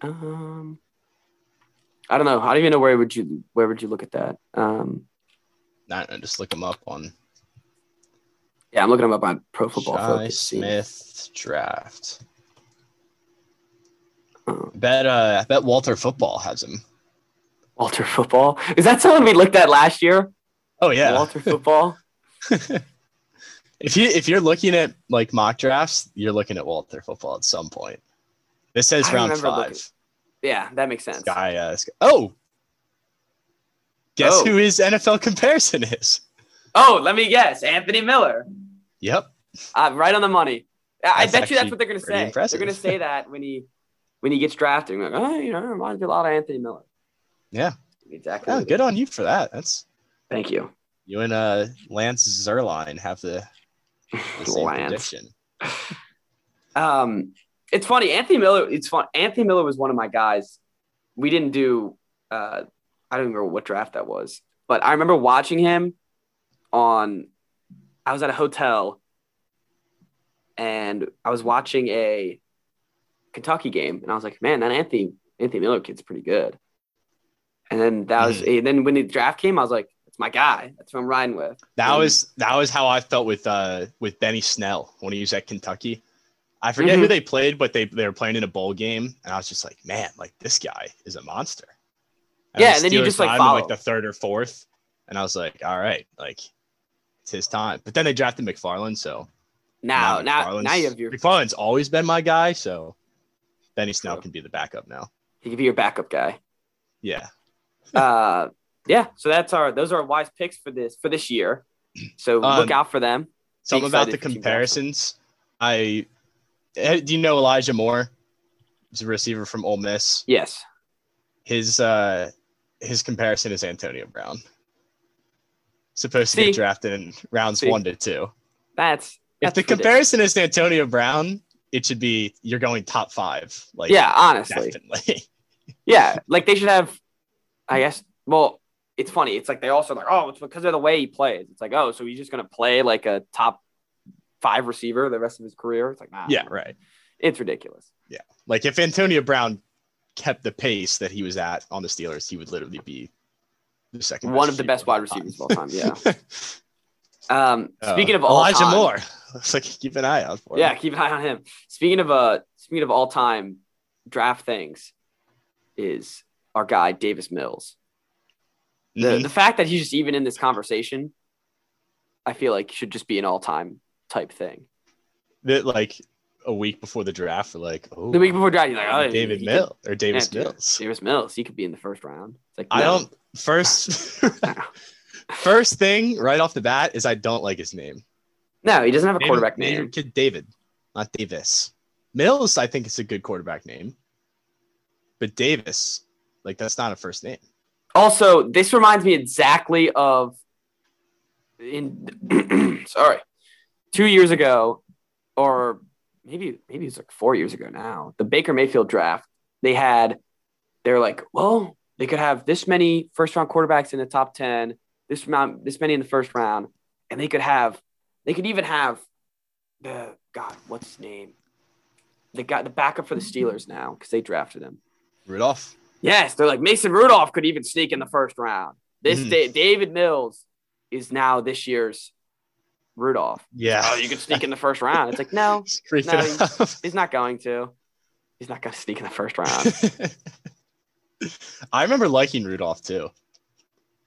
Speaker 1: Um, I don't know. I don't even know where would you where would you look at that. Um,
Speaker 2: Not just look him up on
Speaker 1: yeah, I'm looking him up on Pro Football
Speaker 2: Shy
Speaker 1: Focus. see.
Speaker 2: Smith draft.
Speaker 1: Oh.
Speaker 2: I bet uh, I bet Walter Football has him.
Speaker 1: Walter Football is that someone we looked at last year?
Speaker 2: Oh yeah.
Speaker 1: Walter Football.
Speaker 2: If you if you're looking at like mock drafts, you're looking at Walter football at some point. This says
Speaker 1: I
Speaker 2: round
Speaker 1: remember
Speaker 2: five.
Speaker 1: looking- yeah, that makes sense.
Speaker 2: Guy, uh, this guy- oh, guess
Speaker 1: Oh.
Speaker 2: who his NFL comparison is?
Speaker 1: Oh, let me guess. Anthony Miller.
Speaker 2: Yep,
Speaker 1: Uh, right on the money. I I
Speaker 2: That's
Speaker 1: bet you that's
Speaker 2: actually
Speaker 1: what they're going to
Speaker 2: pretty
Speaker 1: say.
Speaker 2: impressive.
Speaker 1: They're going to say that when he when he gets drafted, They're like, oh, you know, reminds me a lot of Anthony Miller.
Speaker 2: Yeah.
Speaker 1: Exactly.
Speaker 2: Oh, good on you for that. That's
Speaker 1: Thank you.
Speaker 2: You and uh, Lance Zerline have the, the same
Speaker 1: Lance.
Speaker 2: prediction.
Speaker 1: Um, it's funny. Anthony Miller. It's fun. Anthony Miller was one of my guys. We didn't do. Uh, I don't remember what draft that was, but I remember watching him on. I was at a hotel, and I was watching a Kentucky game, and I was like, "Man, that Anthony Anthony Miller kid's pretty good." And then that was. And then when the draft came, I was like, "That's my guy. That's who I'm riding with."
Speaker 2: That
Speaker 1: Mm.
Speaker 2: was that was how I felt with uh with Benny Snell when he was at Kentucky. I forget who
Speaker 1: Mhm.
Speaker 2: they played, but they they were playing in a bowl game, and I was just like, man, like this guy is a monster.
Speaker 1: Yeah, and then you
Speaker 2: Steelers
Speaker 1: just, like,
Speaker 2: signed him, like
Speaker 1: follow.
Speaker 2: the third or fourth, and I was like, all right, like it's his time. But then they drafted McFarland, so
Speaker 1: Now, now,
Speaker 2: McFarland's-
Speaker 1: now you have your
Speaker 2: McFarland's always been my guy, so Benny Snell
Speaker 1: True.
Speaker 2: can be the backup now.
Speaker 1: he could be your backup guy.
Speaker 2: Yeah,
Speaker 1: uh yeah so that's our those are our wise picks for this for this year so
Speaker 2: Um,
Speaker 1: look out for them
Speaker 2: something about the
Speaker 1: excited for Team Jackson.
Speaker 2: comparisons. I eh, do you know Elijah Moore? He's a receiver from Ole Miss.
Speaker 1: yes
Speaker 2: his uh his comparison is Antonio Brown. Supposed to
Speaker 1: See?
Speaker 2: get drafted in rounds
Speaker 1: See?
Speaker 2: one to two.
Speaker 1: that's,
Speaker 2: If
Speaker 1: that's
Speaker 2: the
Speaker 1: ridiculous.
Speaker 2: comparison is Antonio Brown, it should be you're going top five. Like
Speaker 1: yeah honestly
Speaker 2: definitely. (laughs)
Speaker 1: yeah like they should have i guess well it's funny it's like they also like oh it's because of the way he plays it's like oh so he's just gonna play like a top five receiver the rest of his career it's like nah
Speaker 2: yeah, right.
Speaker 1: it's ridiculous
Speaker 2: Like if Antonio Brown kept the pace that he was at on the Steelers, he would literally be the second
Speaker 1: one of the
Speaker 2: receiver
Speaker 1: best wide
Speaker 2: all time.
Speaker 1: receivers of all time yeah
Speaker 2: (laughs)
Speaker 1: um
Speaker 2: Uh,
Speaker 1: speaking of all
Speaker 2: Elijah
Speaker 1: time-
Speaker 2: Moore, (laughs) looks like keep an eye out for.
Speaker 1: Yeah,
Speaker 2: him.
Speaker 1: keep an eye on him. Speaking of uh speaking of all time draft things is our guy Davis Mills. The
Speaker 2: Mhm.
Speaker 1: the fact that he's just even in this conversation, I feel like should just be an all time type thing.
Speaker 2: That like a week before the draft, we're like, oh,
Speaker 1: The week before draft, you're like, oh
Speaker 2: David
Speaker 1: he
Speaker 2: Mill or Davis
Speaker 1: Yeah, dude.
Speaker 2: Mills.
Speaker 1: could- Davis Mills, he could be in the first round. It's like
Speaker 2: I
Speaker 1: no.
Speaker 2: don't first (laughs) first thing right off the bat is I don't like his name.
Speaker 1: No, he doesn't have a
Speaker 2: Name-
Speaker 1: quarterback
Speaker 2: name your
Speaker 1: name.
Speaker 2: kid David, not Davis. Mills, I think it's a good quarterback name. But Davis, like that's not a first name.
Speaker 1: Also, this reminds me exactly of in (clears throat) sorry, two years ago, or maybe maybe it's like four years ago now. The Baker Mayfield draft, they had they're like, well, they could have this many first round quarterbacks in the top ten, this amount, this many in the first round, and they could have they could even have the God, what's his name? They got the backup for the Steelers now because they drafted him.
Speaker 2: Rudolph.
Speaker 1: Yes, they're like Mason Rudolph could even sneak in the first round. This
Speaker 2: Mhm.
Speaker 1: Da- David Mills is now this year's Rudolph.
Speaker 2: Yeah.
Speaker 1: Oh, you could sneak in the first round. It's like no,
Speaker 2: (laughs) Just creep
Speaker 1: No,
Speaker 2: it up.
Speaker 1: he's not going to. He's not going to sneak in the first
Speaker 2: (laughs)
Speaker 1: round.
Speaker 2: I remember liking Rudolph too.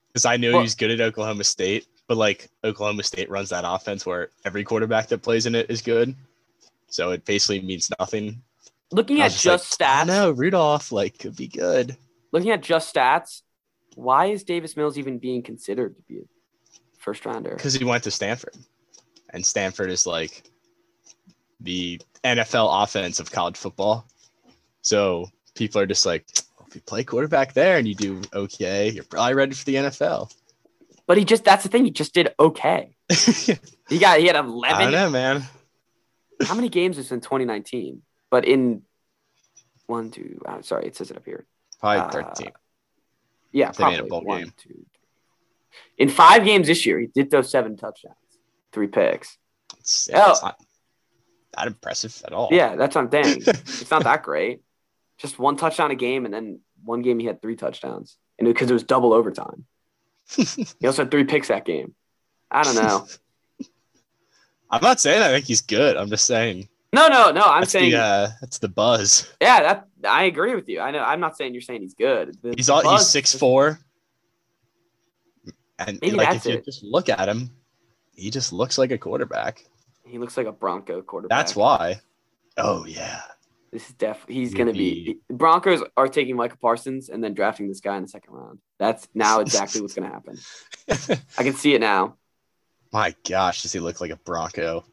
Speaker 2: Because I knew
Speaker 1: Well-
Speaker 2: he was good at Oklahoma State, but like Oklahoma State runs that offense where every quarterback that plays in it is good. So it basically means nothing
Speaker 1: Looking
Speaker 2: I
Speaker 1: at
Speaker 2: was
Speaker 1: just,
Speaker 2: like,
Speaker 1: stats,
Speaker 2: No, Rudolph like could be good.
Speaker 1: looking at just stats, why is Davis Mills even being considered to be a first rounder?
Speaker 2: Because he went to Stanford. And Stanford is like the NFL offense of college football. So people are just like, if you play quarterback there and you do okay, you're probably ready for the (laughs) NFL.
Speaker 1: But he just—that's the thing—he just did okay. He got—he had
Speaker 2: I don't
Speaker 1: eleven
Speaker 2: know, man.
Speaker 1: how many games was in 2019? But in one, two, I'm sorry, it says it up here. Uh,
Speaker 2: Probably 13.
Speaker 1: Yeah,
Speaker 2: They made
Speaker 1: probably
Speaker 2: a bowl
Speaker 1: one,
Speaker 2: game.
Speaker 1: two, three. In five games this year, he did throw seven touchdowns, three picks.
Speaker 2: It's, yeah,
Speaker 1: oh.
Speaker 2: it's not that impressive at all.
Speaker 1: Yeah, that's what I'm
Speaker 2: (laughs)
Speaker 1: saying. it's not that great. Just one touchdown a game, and then one game he had three touchdowns, and because it was double overtime, he also had three picks that game. I don't
Speaker 2: (laughs)
Speaker 1: know.
Speaker 2: I'm not saying I think he's good. I'm just saying
Speaker 1: No, no, no. I'm
Speaker 2: that's
Speaker 1: saying,
Speaker 2: the uh, that's the buzz.
Speaker 1: yeah, that I agree with you. I know. I'm not saying you're saying he's good. The-
Speaker 2: He's
Speaker 1: the
Speaker 2: all he's
Speaker 1: buzz-
Speaker 2: six four. And
Speaker 1: Maybe
Speaker 2: like
Speaker 1: that's
Speaker 2: if you
Speaker 1: it.
Speaker 2: just look at him, he just looks like a quarterback.
Speaker 1: He looks like a Bronco quarterback.
Speaker 2: That's why. Oh yeah.
Speaker 1: This is def. He's
Speaker 2: Would
Speaker 1: going to be. Broncos are taking Michael Parsons and then drafting this guy in the second round. That's
Speaker 2: (laughs)
Speaker 1: now exactly what's going to happen. I can see it now.
Speaker 2: My gosh, does he look like a Bronco?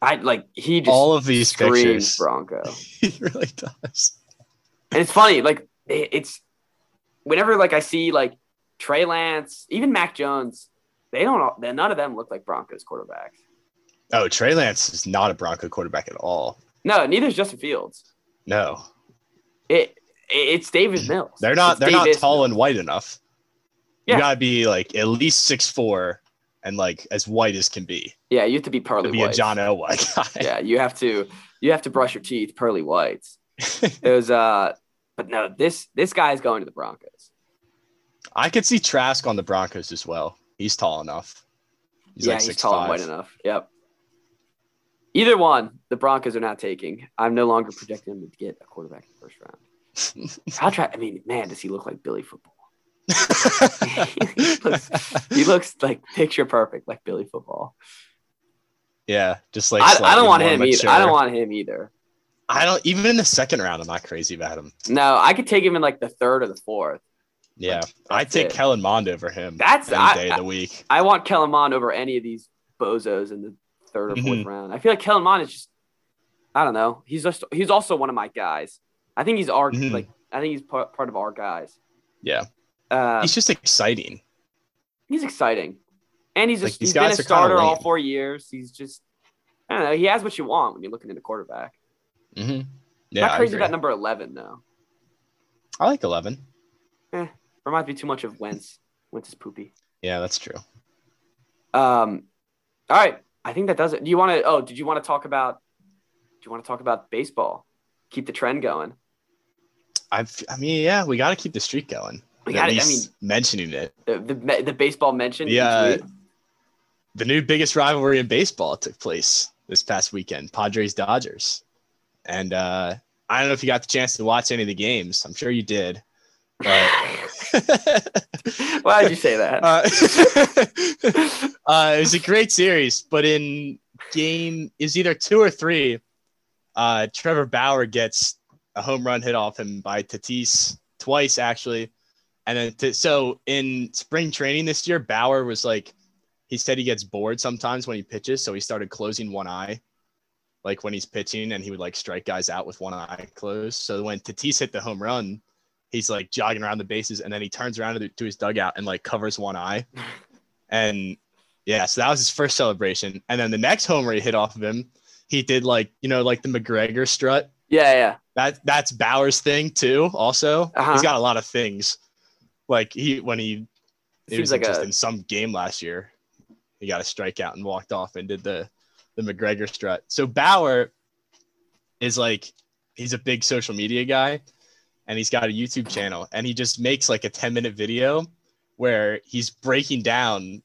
Speaker 1: I like he just
Speaker 2: all of these
Speaker 1: screams
Speaker 2: pictures. (laughs)
Speaker 1: Bronco,
Speaker 2: he really does.
Speaker 1: and it's funny. Like it- it's whenever like I see like Trey Lance, even Mac Jones, They don't. all- they- None of them look like Broncos quarterbacks.
Speaker 2: Oh, Trey Lance is not a Bronco quarterback at all.
Speaker 1: No, neither is Justin Fields.
Speaker 2: No,
Speaker 1: It, it's David Mills.
Speaker 2: they're not.
Speaker 1: It's
Speaker 2: they're not
Speaker 1: Davis
Speaker 2: tall
Speaker 1: Mills.
Speaker 2: and white enough.
Speaker 1: Yeah.
Speaker 2: You gotta be like at least six four and like as white as can be
Speaker 1: Yeah, you have to be
Speaker 2: to
Speaker 1: pearly
Speaker 2: be a
Speaker 1: white.
Speaker 2: John Elway (laughs) guy.
Speaker 1: yeah, you have to. You have to brush your teeth pearly
Speaker 2: (laughs)
Speaker 1: whites. It was. Uh, but no, this this guy is going to the Broncos.
Speaker 2: I could see Trask on the Broncos as well. He's tall enough. He's
Speaker 1: yeah,
Speaker 2: like
Speaker 1: he's
Speaker 2: six
Speaker 1: tall and white
Speaker 2: five.
Speaker 1: enough. Yep. Either one, the Broncos are not taking. I'm no longer projecting them to get a quarterback in the first round.
Speaker 2: (laughs)
Speaker 1: How try? I mean, man, does he look like Billy Football? (laughs) he, looks, he looks like picture perfect, like Billy Football.
Speaker 2: (laughs) yeah, just like
Speaker 1: I, I
Speaker 2: slightly
Speaker 1: don't want
Speaker 2: more
Speaker 1: him either. I don't
Speaker 2: mature.
Speaker 1: want him either.
Speaker 2: I don't even in the second round. I'm not crazy about him.
Speaker 1: No, I could take him in like the third or the fourth.
Speaker 2: Yeah,
Speaker 1: That's
Speaker 2: I take
Speaker 1: it.
Speaker 2: Kellen Mond over him.
Speaker 1: That's-
Speaker 2: any
Speaker 1: I-
Speaker 2: day
Speaker 1: I-
Speaker 2: of the week.
Speaker 1: I want Kellen Mond over any of these bozos in the third or 4th
Speaker 2: Mm-hmm.
Speaker 1: round. I feel like Kellen Mond is just I don't know. He's just he's also one of my guys. I think he's our
Speaker 2: Mhm.
Speaker 1: like I think he's part, part of our guys.
Speaker 2: Yeah,
Speaker 1: Uh,
Speaker 2: he's just exciting.
Speaker 1: he's exciting, and he's
Speaker 2: Like,
Speaker 1: just
Speaker 2: these
Speaker 1: he's been a
Speaker 2: guys are kinda
Speaker 1: starter all
Speaker 2: lame.
Speaker 1: four years. He's just I don't know. He has what you want when you're looking at a quarterback.
Speaker 2: hmm Yeah,
Speaker 1: Not
Speaker 2: I,
Speaker 1: crazy
Speaker 2: agree.
Speaker 1: about number eleven though.
Speaker 2: I like eleven.
Speaker 1: Reminds me too much of Wentz. Wentz is poopy.
Speaker 2: Yeah, that's true.
Speaker 1: Um, all right. I think that does it. Do you want to? Oh, did you want to talk about? Do you want to talk about baseball? Keep the trend going.
Speaker 2: I, I mean, yeah, we got to keep the streak going.
Speaker 1: We
Speaker 2: At
Speaker 1: gotta- I
Speaker 2: least mentioning it.
Speaker 1: The the, me- the baseball mention. each
Speaker 2: Yeah.
Speaker 1: week.
Speaker 2: The new biggest rivalry in baseball took place this past weekend: Padres Dodgers. And uh, I don't know if you got the chance to watch any of the games. I'm sure you did. (laughs) But...
Speaker 1: (laughs) Why did you say that?
Speaker 2: Uh, (laughs) uh, it was a great series, but in game is either two or three. Uh, Trevor Bauer gets a home run hit off him by Tatis twice, actually. And then, t- so in spring training this year, Bauer was like, he said he gets bored sometimes when he pitches. So he started closing one eye, like when he's pitching, and he would like strike guys out with one eye closed. So when Tatis hit the home run, he's like jogging around the bases and then he turns around to, the- to his dugout and like covers one eye and yeah so that was his first celebration and then the next homer he hit off of him he did like you know like the mcgregor strut
Speaker 1: yeah, yeah.
Speaker 2: that that's bauer's thing too also
Speaker 1: Uh-huh.
Speaker 2: he's got a lot of things like he when he it
Speaker 1: Seems
Speaker 2: was
Speaker 1: like
Speaker 2: just
Speaker 1: a-
Speaker 2: in some game last year he got a strikeout and walked off and did the the mcgregor strut so bauer is like he's a big social media guy and he's got a youtube channel and he just makes like a 10 minute video where he's breaking down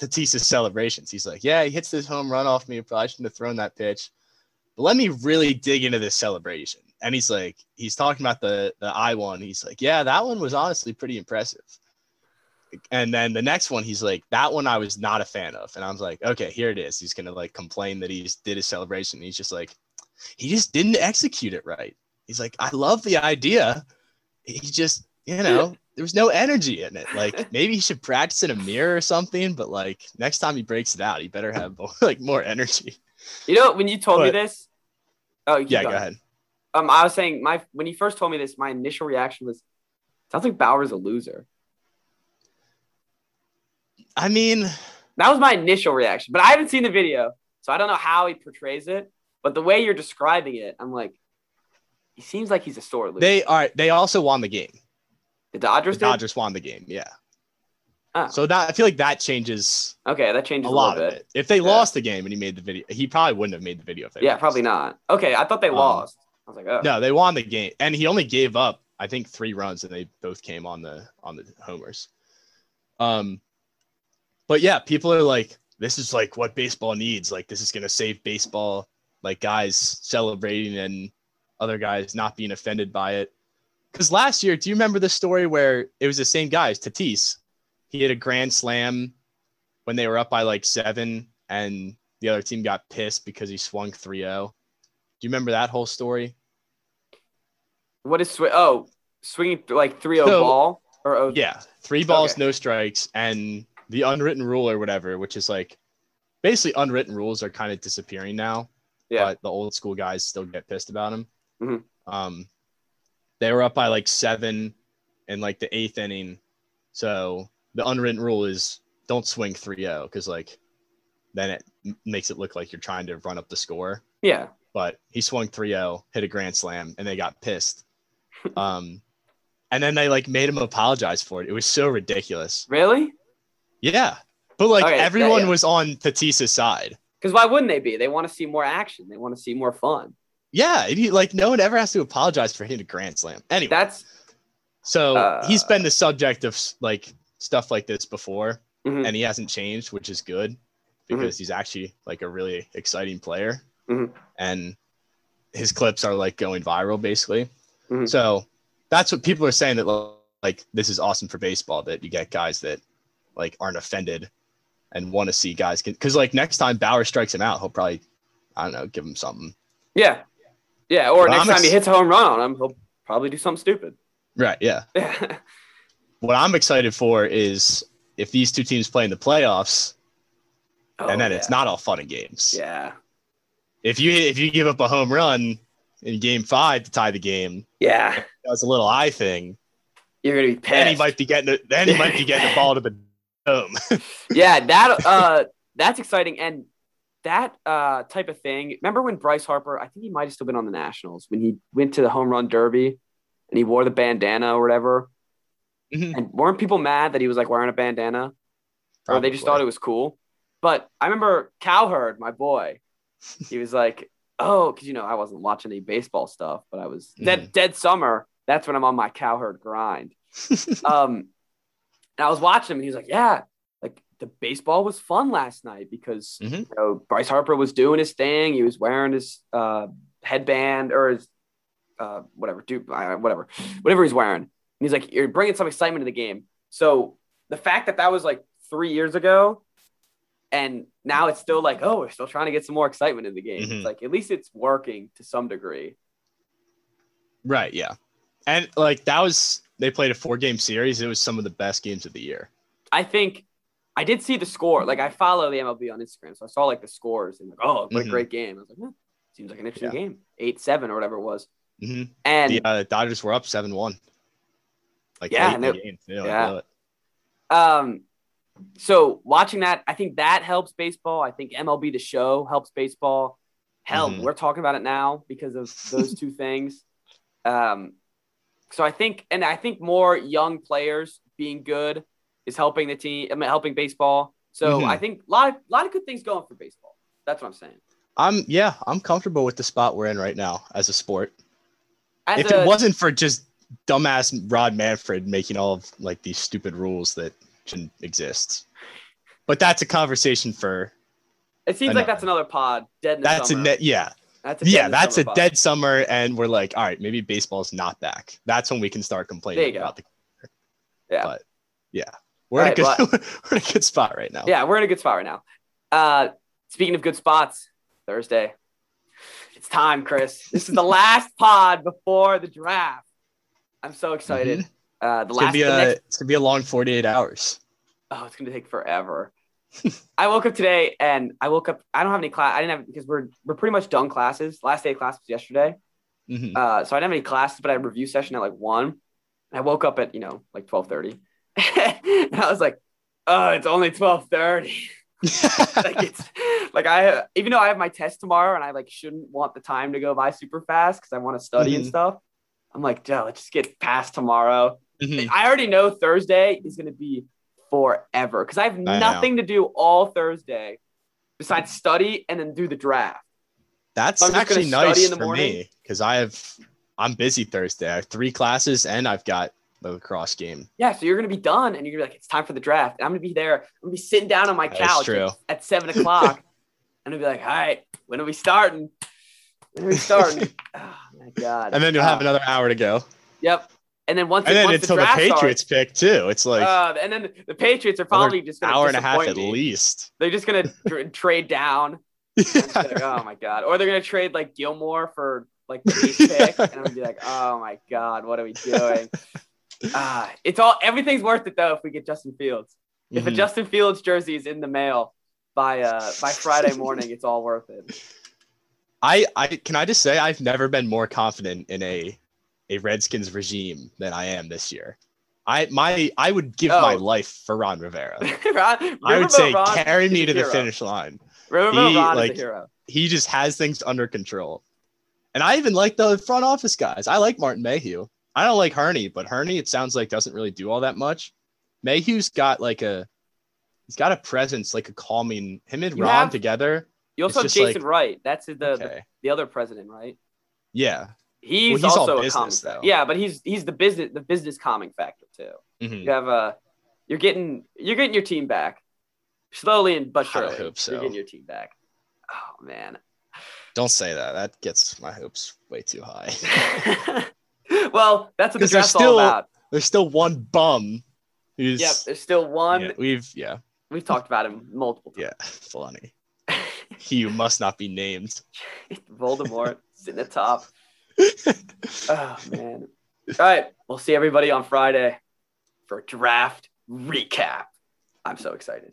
Speaker 2: Tatis's celebrations. He's like, "Yeah, he hits this home run off me. Probably shouldn't have thrown that pitch, but let me really dig into this celebration." And he's like, he's talking about the the I one. He's like, "Yeah, that one was honestly pretty impressive." And then the next one, he's like, "That one I was not a fan of." And I was like, "Okay, here it is." He's gonna like complain that he did his celebration. He's just like, he just didn't execute it right. He's like, "I love the idea. He just, you know." There was no energy in it. Like maybe he should practice in a mirror or something, but like next time he breaks it out, he better have (laughs) like more energy.
Speaker 1: You know when you told me
Speaker 2: But-
Speaker 1: this. Oh you keep
Speaker 2: Yeah, go
Speaker 1: going.
Speaker 2: ahead.
Speaker 1: Um, I was saying my when you first told me this, my initial reaction was, sounds like Bauer's a loser.
Speaker 2: I mean,
Speaker 1: That was my initial reaction, but I haven't seen the video, so I don't know how he portrays it. But the way you're describing it, I'm like, he seems like he's a sore loser.
Speaker 2: they are they also won the game.
Speaker 1: the
Speaker 2: The
Speaker 1: Dodgers did.
Speaker 2: Dodgers won the game, yeah.
Speaker 1: Oh.
Speaker 2: So that I feel like that changes
Speaker 1: Okay, that changes
Speaker 2: a lot
Speaker 1: little
Speaker 2: of
Speaker 1: bit.
Speaker 2: it. If they
Speaker 1: Yeah.
Speaker 2: lost the game and he made the video, he probably wouldn't have made the video if they
Speaker 1: Yeah,
Speaker 2: lost.
Speaker 1: probably not. Okay, I thought they
Speaker 2: Um,
Speaker 1: lost. I was like, oh,
Speaker 2: No, they won the game, and he only gave up I think three runs, and they both came on the on the homers. Um, but yeah, people are like, this is like what baseball needs. Like this is gonna save baseball. Like guys celebrating and other guys not being offended by it. Because last year, do you remember the story where it was the same guy, it's Tatis? He hit a grand slam when they were up by like seven, and the other team got pissed because he swung 3 0. Do you remember that whole story?
Speaker 1: what is sw- oh swinging th- like 3-0
Speaker 2: So-
Speaker 1: ball or oh
Speaker 2: Yeah, three balls,
Speaker 1: Okay.
Speaker 2: no strikes, and the unwritten rule or whatever, which is like basically unwritten rules are kind of disappearing now.
Speaker 1: Yeah.
Speaker 2: But the old school guys still get pissed about them.
Speaker 1: Mhm.
Speaker 2: Um, they were up by like seven in like the eighth inning. So the unwritten rule is don't swing 3-0 because like then it m- makes it look like you're trying to run up the score.
Speaker 1: Yeah.
Speaker 2: But he swung 3-0, hit a grand slam, and they
Speaker 1: (laughs)
Speaker 2: got pissed. Um, and then they like made him apologize for it. It was so ridiculous.
Speaker 1: Really?
Speaker 2: Yeah, but like
Speaker 1: Okay, yeah,
Speaker 2: everyone
Speaker 1: yeah.
Speaker 2: was on Tatis's side.
Speaker 1: Because why wouldn't they be? They want to see more action. They want to see more fun.
Speaker 2: Yeah, and he, like no one ever has to apologize for hitting a grand slam. Anyway,
Speaker 1: That's
Speaker 2: so
Speaker 1: uh,
Speaker 2: he's been the subject of like stuff like this before,
Speaker 1: mhm.
Speaker 2: and he hasn't changed, which is good because he's actually like a really exciting player,
Speaker 1: Mhm.
Speaker 2: and his clips are like going viral basically.
Speaker 1: Mhm.
Speaker 2: So that's what people are saying that like this is awesome for baseball that you get guys that like aren't offended and want to see guys because like next time Bauer strikes him out, he'll probably I don't know give him something.
Speaker 1: yeah, yeah. Or
Speaker 2: Well,
Speaker 1: next
Speaker 2: I'm
Speaker 1: time he
Speaker 2: ex-
Speaker 1: hits a home run on him, he'll probably do something stupid. (laughs)
Speaker 2: Right? Yeah.
Speaker 1: Yeah.
Speaker 2: what I'm excited for is if these two teams play in the playoffs,
Speaker 1: Oh,
Speaker 2: and then it's not all fun and games.
Speaker 1: Yeah.
Speaker 2: If you if you give up a home run in Game Five to tie the game,
Speaker 1: Yeah.
Speaker 2: that's a little eye thing.
Speaker 1: You're gonna be
Speaker 2: Then he
Speaker 1: pissed.
Speaker 2: might be getting a, then he might be getting the ball to the dome.
Speaker 1: yeah, that uh, that's exciting, and that uh type of thing. Remember when Bryce Harper? I think he might have still been on the Nationals when he went to the home run derby, and he wore the bandana or whatever.
Speaker 2: Mhm.
Speaker 1: And weren't people mad that he was like wearing a bandana, or they just thought it was cool? But I remember Cowherd, my boy, he was like, "Oh, because you know I wasn't watching any baseball stuff, but I was dead dead summer. That's when I'm on my Cowherd grind." um, and I was watching him, and he was like, "Yeah, like the baseball was fun last night because
Speaker 2: Mhm.
Speaker 1: you know Bryce Harper was doing his thing. He was wearing his uh, headband or his uh, whatever, dude, uh, whatever, whatever he's wearing." And he's like, "You're bringing some excitement to the game." So the fact that that was like three years ago, and now it's still like, oh, we're still trying to get some more excitement in the game.
Speaker 2: Mhm.
Speaker 1: It's like at least it's working to some degree.
Speaker 2: right. Yeah, and like that was they played a four game series. It was some of the best games of the year.
Speaker 1: I think I did see the score. Like I follow the MLB on Instagram, so I saw like the scores and like, oh, what a
Speaker 2: Mhm.
Speaker 1: great game. I was like, "Huh, seems like an interesting game, eight seven or whatever it was.
Speaker 2: hmm
Speaker 1: And
Speaker 2: the uh, Dodgers were up seven one. Like
Speaker 1: Yeah,
Speaker 2: late in
Speaker 1: and
Speaker 2: the
Speaker 1: it-
Speaker 2: game. They don't
Speaker 1: yeah.
Speaker 2: do it.
Speaker 1: um, so watching that, I think that helps baseball. I think MLB the Show helps baseball. Hell,
Speaker 2: Mhm.
Speaker 1: we're talking about it now because of those
Speaker 2: (laughs)
Speaker 1: two things. Um, so I think, and I think more young players being good is helping the team. I mean, helping baseball. So
Speaker 2: Mhm.
Speaker 1: I think a lot, of, lot of good things going for baseball. That's what I'm saying.
Speaker 2: I'm yeah, I'm comfortable with the spot we're in right now as a sport.
Speaker 1: As
Speaker 2: if
Speaker 1: a,
Speaker 2: it wasn't for just dumbass Rod Manfred making all of like these stupid rules that shouldn't exist. But that's a conversation for
Speaker 1: it seems like that's another pod. Dead. In the
Speaker 2: that's a
Speaker 1: summer.
Speaker 2: net yeah.
Speaker 1: That's a
Speaker 2: Yeah,
Speaker 1: dead in the
Speaker 2: that's
Speaker 1: summer
Speaker 2: a
Speaker 1: pod.
Speaker 2: dead summer and we're like, all right, maybe baseball's not back. That's when we can start
Speaker 1: There you
Speaker 2: complaining
Speaker 1: go.
Speaker 2: about the
Speaker 1: Yeah.
Speaker 2: But yeah. We're in a
Speaker 1: All right,
Speaker 2: good (laughs) we're in a good spot right now.
Speaker 1: Yeah, we're in a good spot right now. Uh, speaking of good spots, Thursday. It's time, Chris. This is
Speaker 2: (laughs)
Speaker 1: the last pod before the draft. I'm so excited. Uh, the
Speaker 2: Mm-hmm. It's
Speaker 1: last,
Speaker 2: gonna be
Speaker 1: the
Speaker 2: a
Speaker 1: next-
Speaker 2: it's gonna be a long forty eight hours.
Speaker 1: oh, it's gonna take
Speaker 2: (laughs)
Speaker 1: forever. I woke up today and I woke up. I don't have any class. I didn't have because we're we're pretty much done classes. Last day of class was yesterday.
Speaker 2: Mhm. (laughs)
Speaker 1: (laughs) Uh, so I didn't have any classes, but I had a review session at like one. And I woke up at you know like twelve thirty, (laughs) and I was like, "Oh, it's only twelve thirty. (laughs) like it's like I even though I have my test tomorrow and I like shouldn't want the time to go by super fast because I want to study and
Speaker 2: Mhm.
Speaker 1: stuff. I'm like, yeah, let's just get past tomorrow.
Speaker 2: Mhm.
Speaker 1: I already know Thursday is gonna be forever because I have
Speaker 2: know.
Speaker 1: nothing to do all Thursday besides study and then do the draft.
Speaker 2: That's
Speaker 1: I'm just gonna
Speaker 2: actually
Speaker 1: study
Speaker 2: nice
Speaker 1: in the
Speaker 2: for
Speaker 1: morning.
Speaker 2: me because I have I'm busy Thursday. I have three classes and I've got the lacrosse game.
Speaker 1: Yeah, so you're gonna be done and you're gonna be like, it's time for the draft. And I'm gonna be there. I'm gonna be sitting down on my
Speaker 2: That's
Speaker 1: couch
Speaker 2: true.
Speaker 1: At, at seven
Speaker 2: (laughs)
Speaker 1: o'clock. and I'll be like, all right, when are we starting? When are we
Speaker 2: (laughs)
Speaker 1: starting? oh my god.
Speaker 2: And then you'll have
Speaker 1: Uh,
Speaker 2: another hour to go.
Speaker 1: Yep. And then once
Speaker 2: And
Speaker 1: it-
Speaker 2: then
Speaker 1: once
Speaker 2: until
Speaker 1: the,
Speaker 2: the,
Speaker 1: draft
Speaker 2: Patriots pick too. It's like
Speaker 1: starts, uh, and then the Patriots are probably just gonna
Speaker 2: hour and a half
Speaker 1: disappoint
Speaker 2: at
Speaker 1: me.
Speaker 2: least.
Speaker 1: They're just
Speaker 2: (laughs)
Speaker 1: gonna tr- trade down. It's like, oh my god! Or they're gonna trade like Gilmore for like the
Speaker 2: (laughs)
Speaker 1: eighth pick, and I'm gonna be like, oh my god, what are we doing? Ah, it's all everything's worth it though if we get Justin Fields. If a
Speaker 2: Mhm.
Speaker 1: Justin Fields jersey is in the mail by uh by
Speaker 2: (laughs)
Speaker 1: Friday morning, it's all worth it. (laughs)
Speaker 2: I, I can I just say I've never been more confident in a a Redskins regime than I am this year. I my I would give
Speaker 1: Oh.
Speaker 2: my life for Ron Rivera.
Speaker 1: Ron-
Speaker 2: I would
Speaker 1: Riverboat
Speaker 2: say
Speaker 1: Ron
Speaker 2: carry
Speaker 1: is
Speaker 2: me
Speaker 1: a
Speaker 2: to the
Speaker 1: hero.
Speaker 2: finish line.
Speaker 1: Riverboat Ron is
Speaker 2: He,
Speaker 1: a
Speaker 2: like-
Speaker 1: hero.
Speaker 2: He just has things under control. And I even like the front office guys. I like Martin Mayhew. I don't like Herney, but Herney it sounds like doesn't really do all that much. Mayhew's got like a he's got a presence, like a calming him and
Speaker 1: You
Speaker 2: Ron
Speaker 1: have-
Speaker 2: together.
Speaker 1: You also have
Speaker 2: It's just
Speaker 1: Jason Wright. That's the, the
Speaker 2: Okay.
Speaker 1: the other president, right?
Speaker 2: Yeah.
Speaker 1: He's,
Speaker 2: he's all
Speaker 1: also a
Speaker 2: business,
Speaker 1: comic.
Speaker 2: though.
Speaker 1: Yeah, but he's he's the business the business calming factor too.
Speaker 2: Mhm.
Speaker 1: You have a you're getting you're getting your team back slowly and but
Speaker 2: I
Speaker 1: surely.
Speaker 2: hope so.
Speaker 1: You're getting your team back. Oh man. (laughs)
Speaker 2: Don't say that. That gets my hopes way too high. (laughs)
Speaker 1: well, that's what the
Speaker 2: Because they're
Speaker 1: draft's
Speaker 2: still-
Speaker 1: all about.
Speaker 2: There's still one bum who's
Speaker 1: Yep, there's still one.
Speaker 2: yeah, we've yeah,
Speaker 1: We've talked about him multiple times.
Speaker 2: yeah,
Speaker 1: (laughs)
Speaker 2: (laughs) Fulani. he who must not be named. (laughs)
Speaker 1: Voldemort sitting at top. Oh man. All right. We'll see everybody on Friday for draft recap. I'm so excited.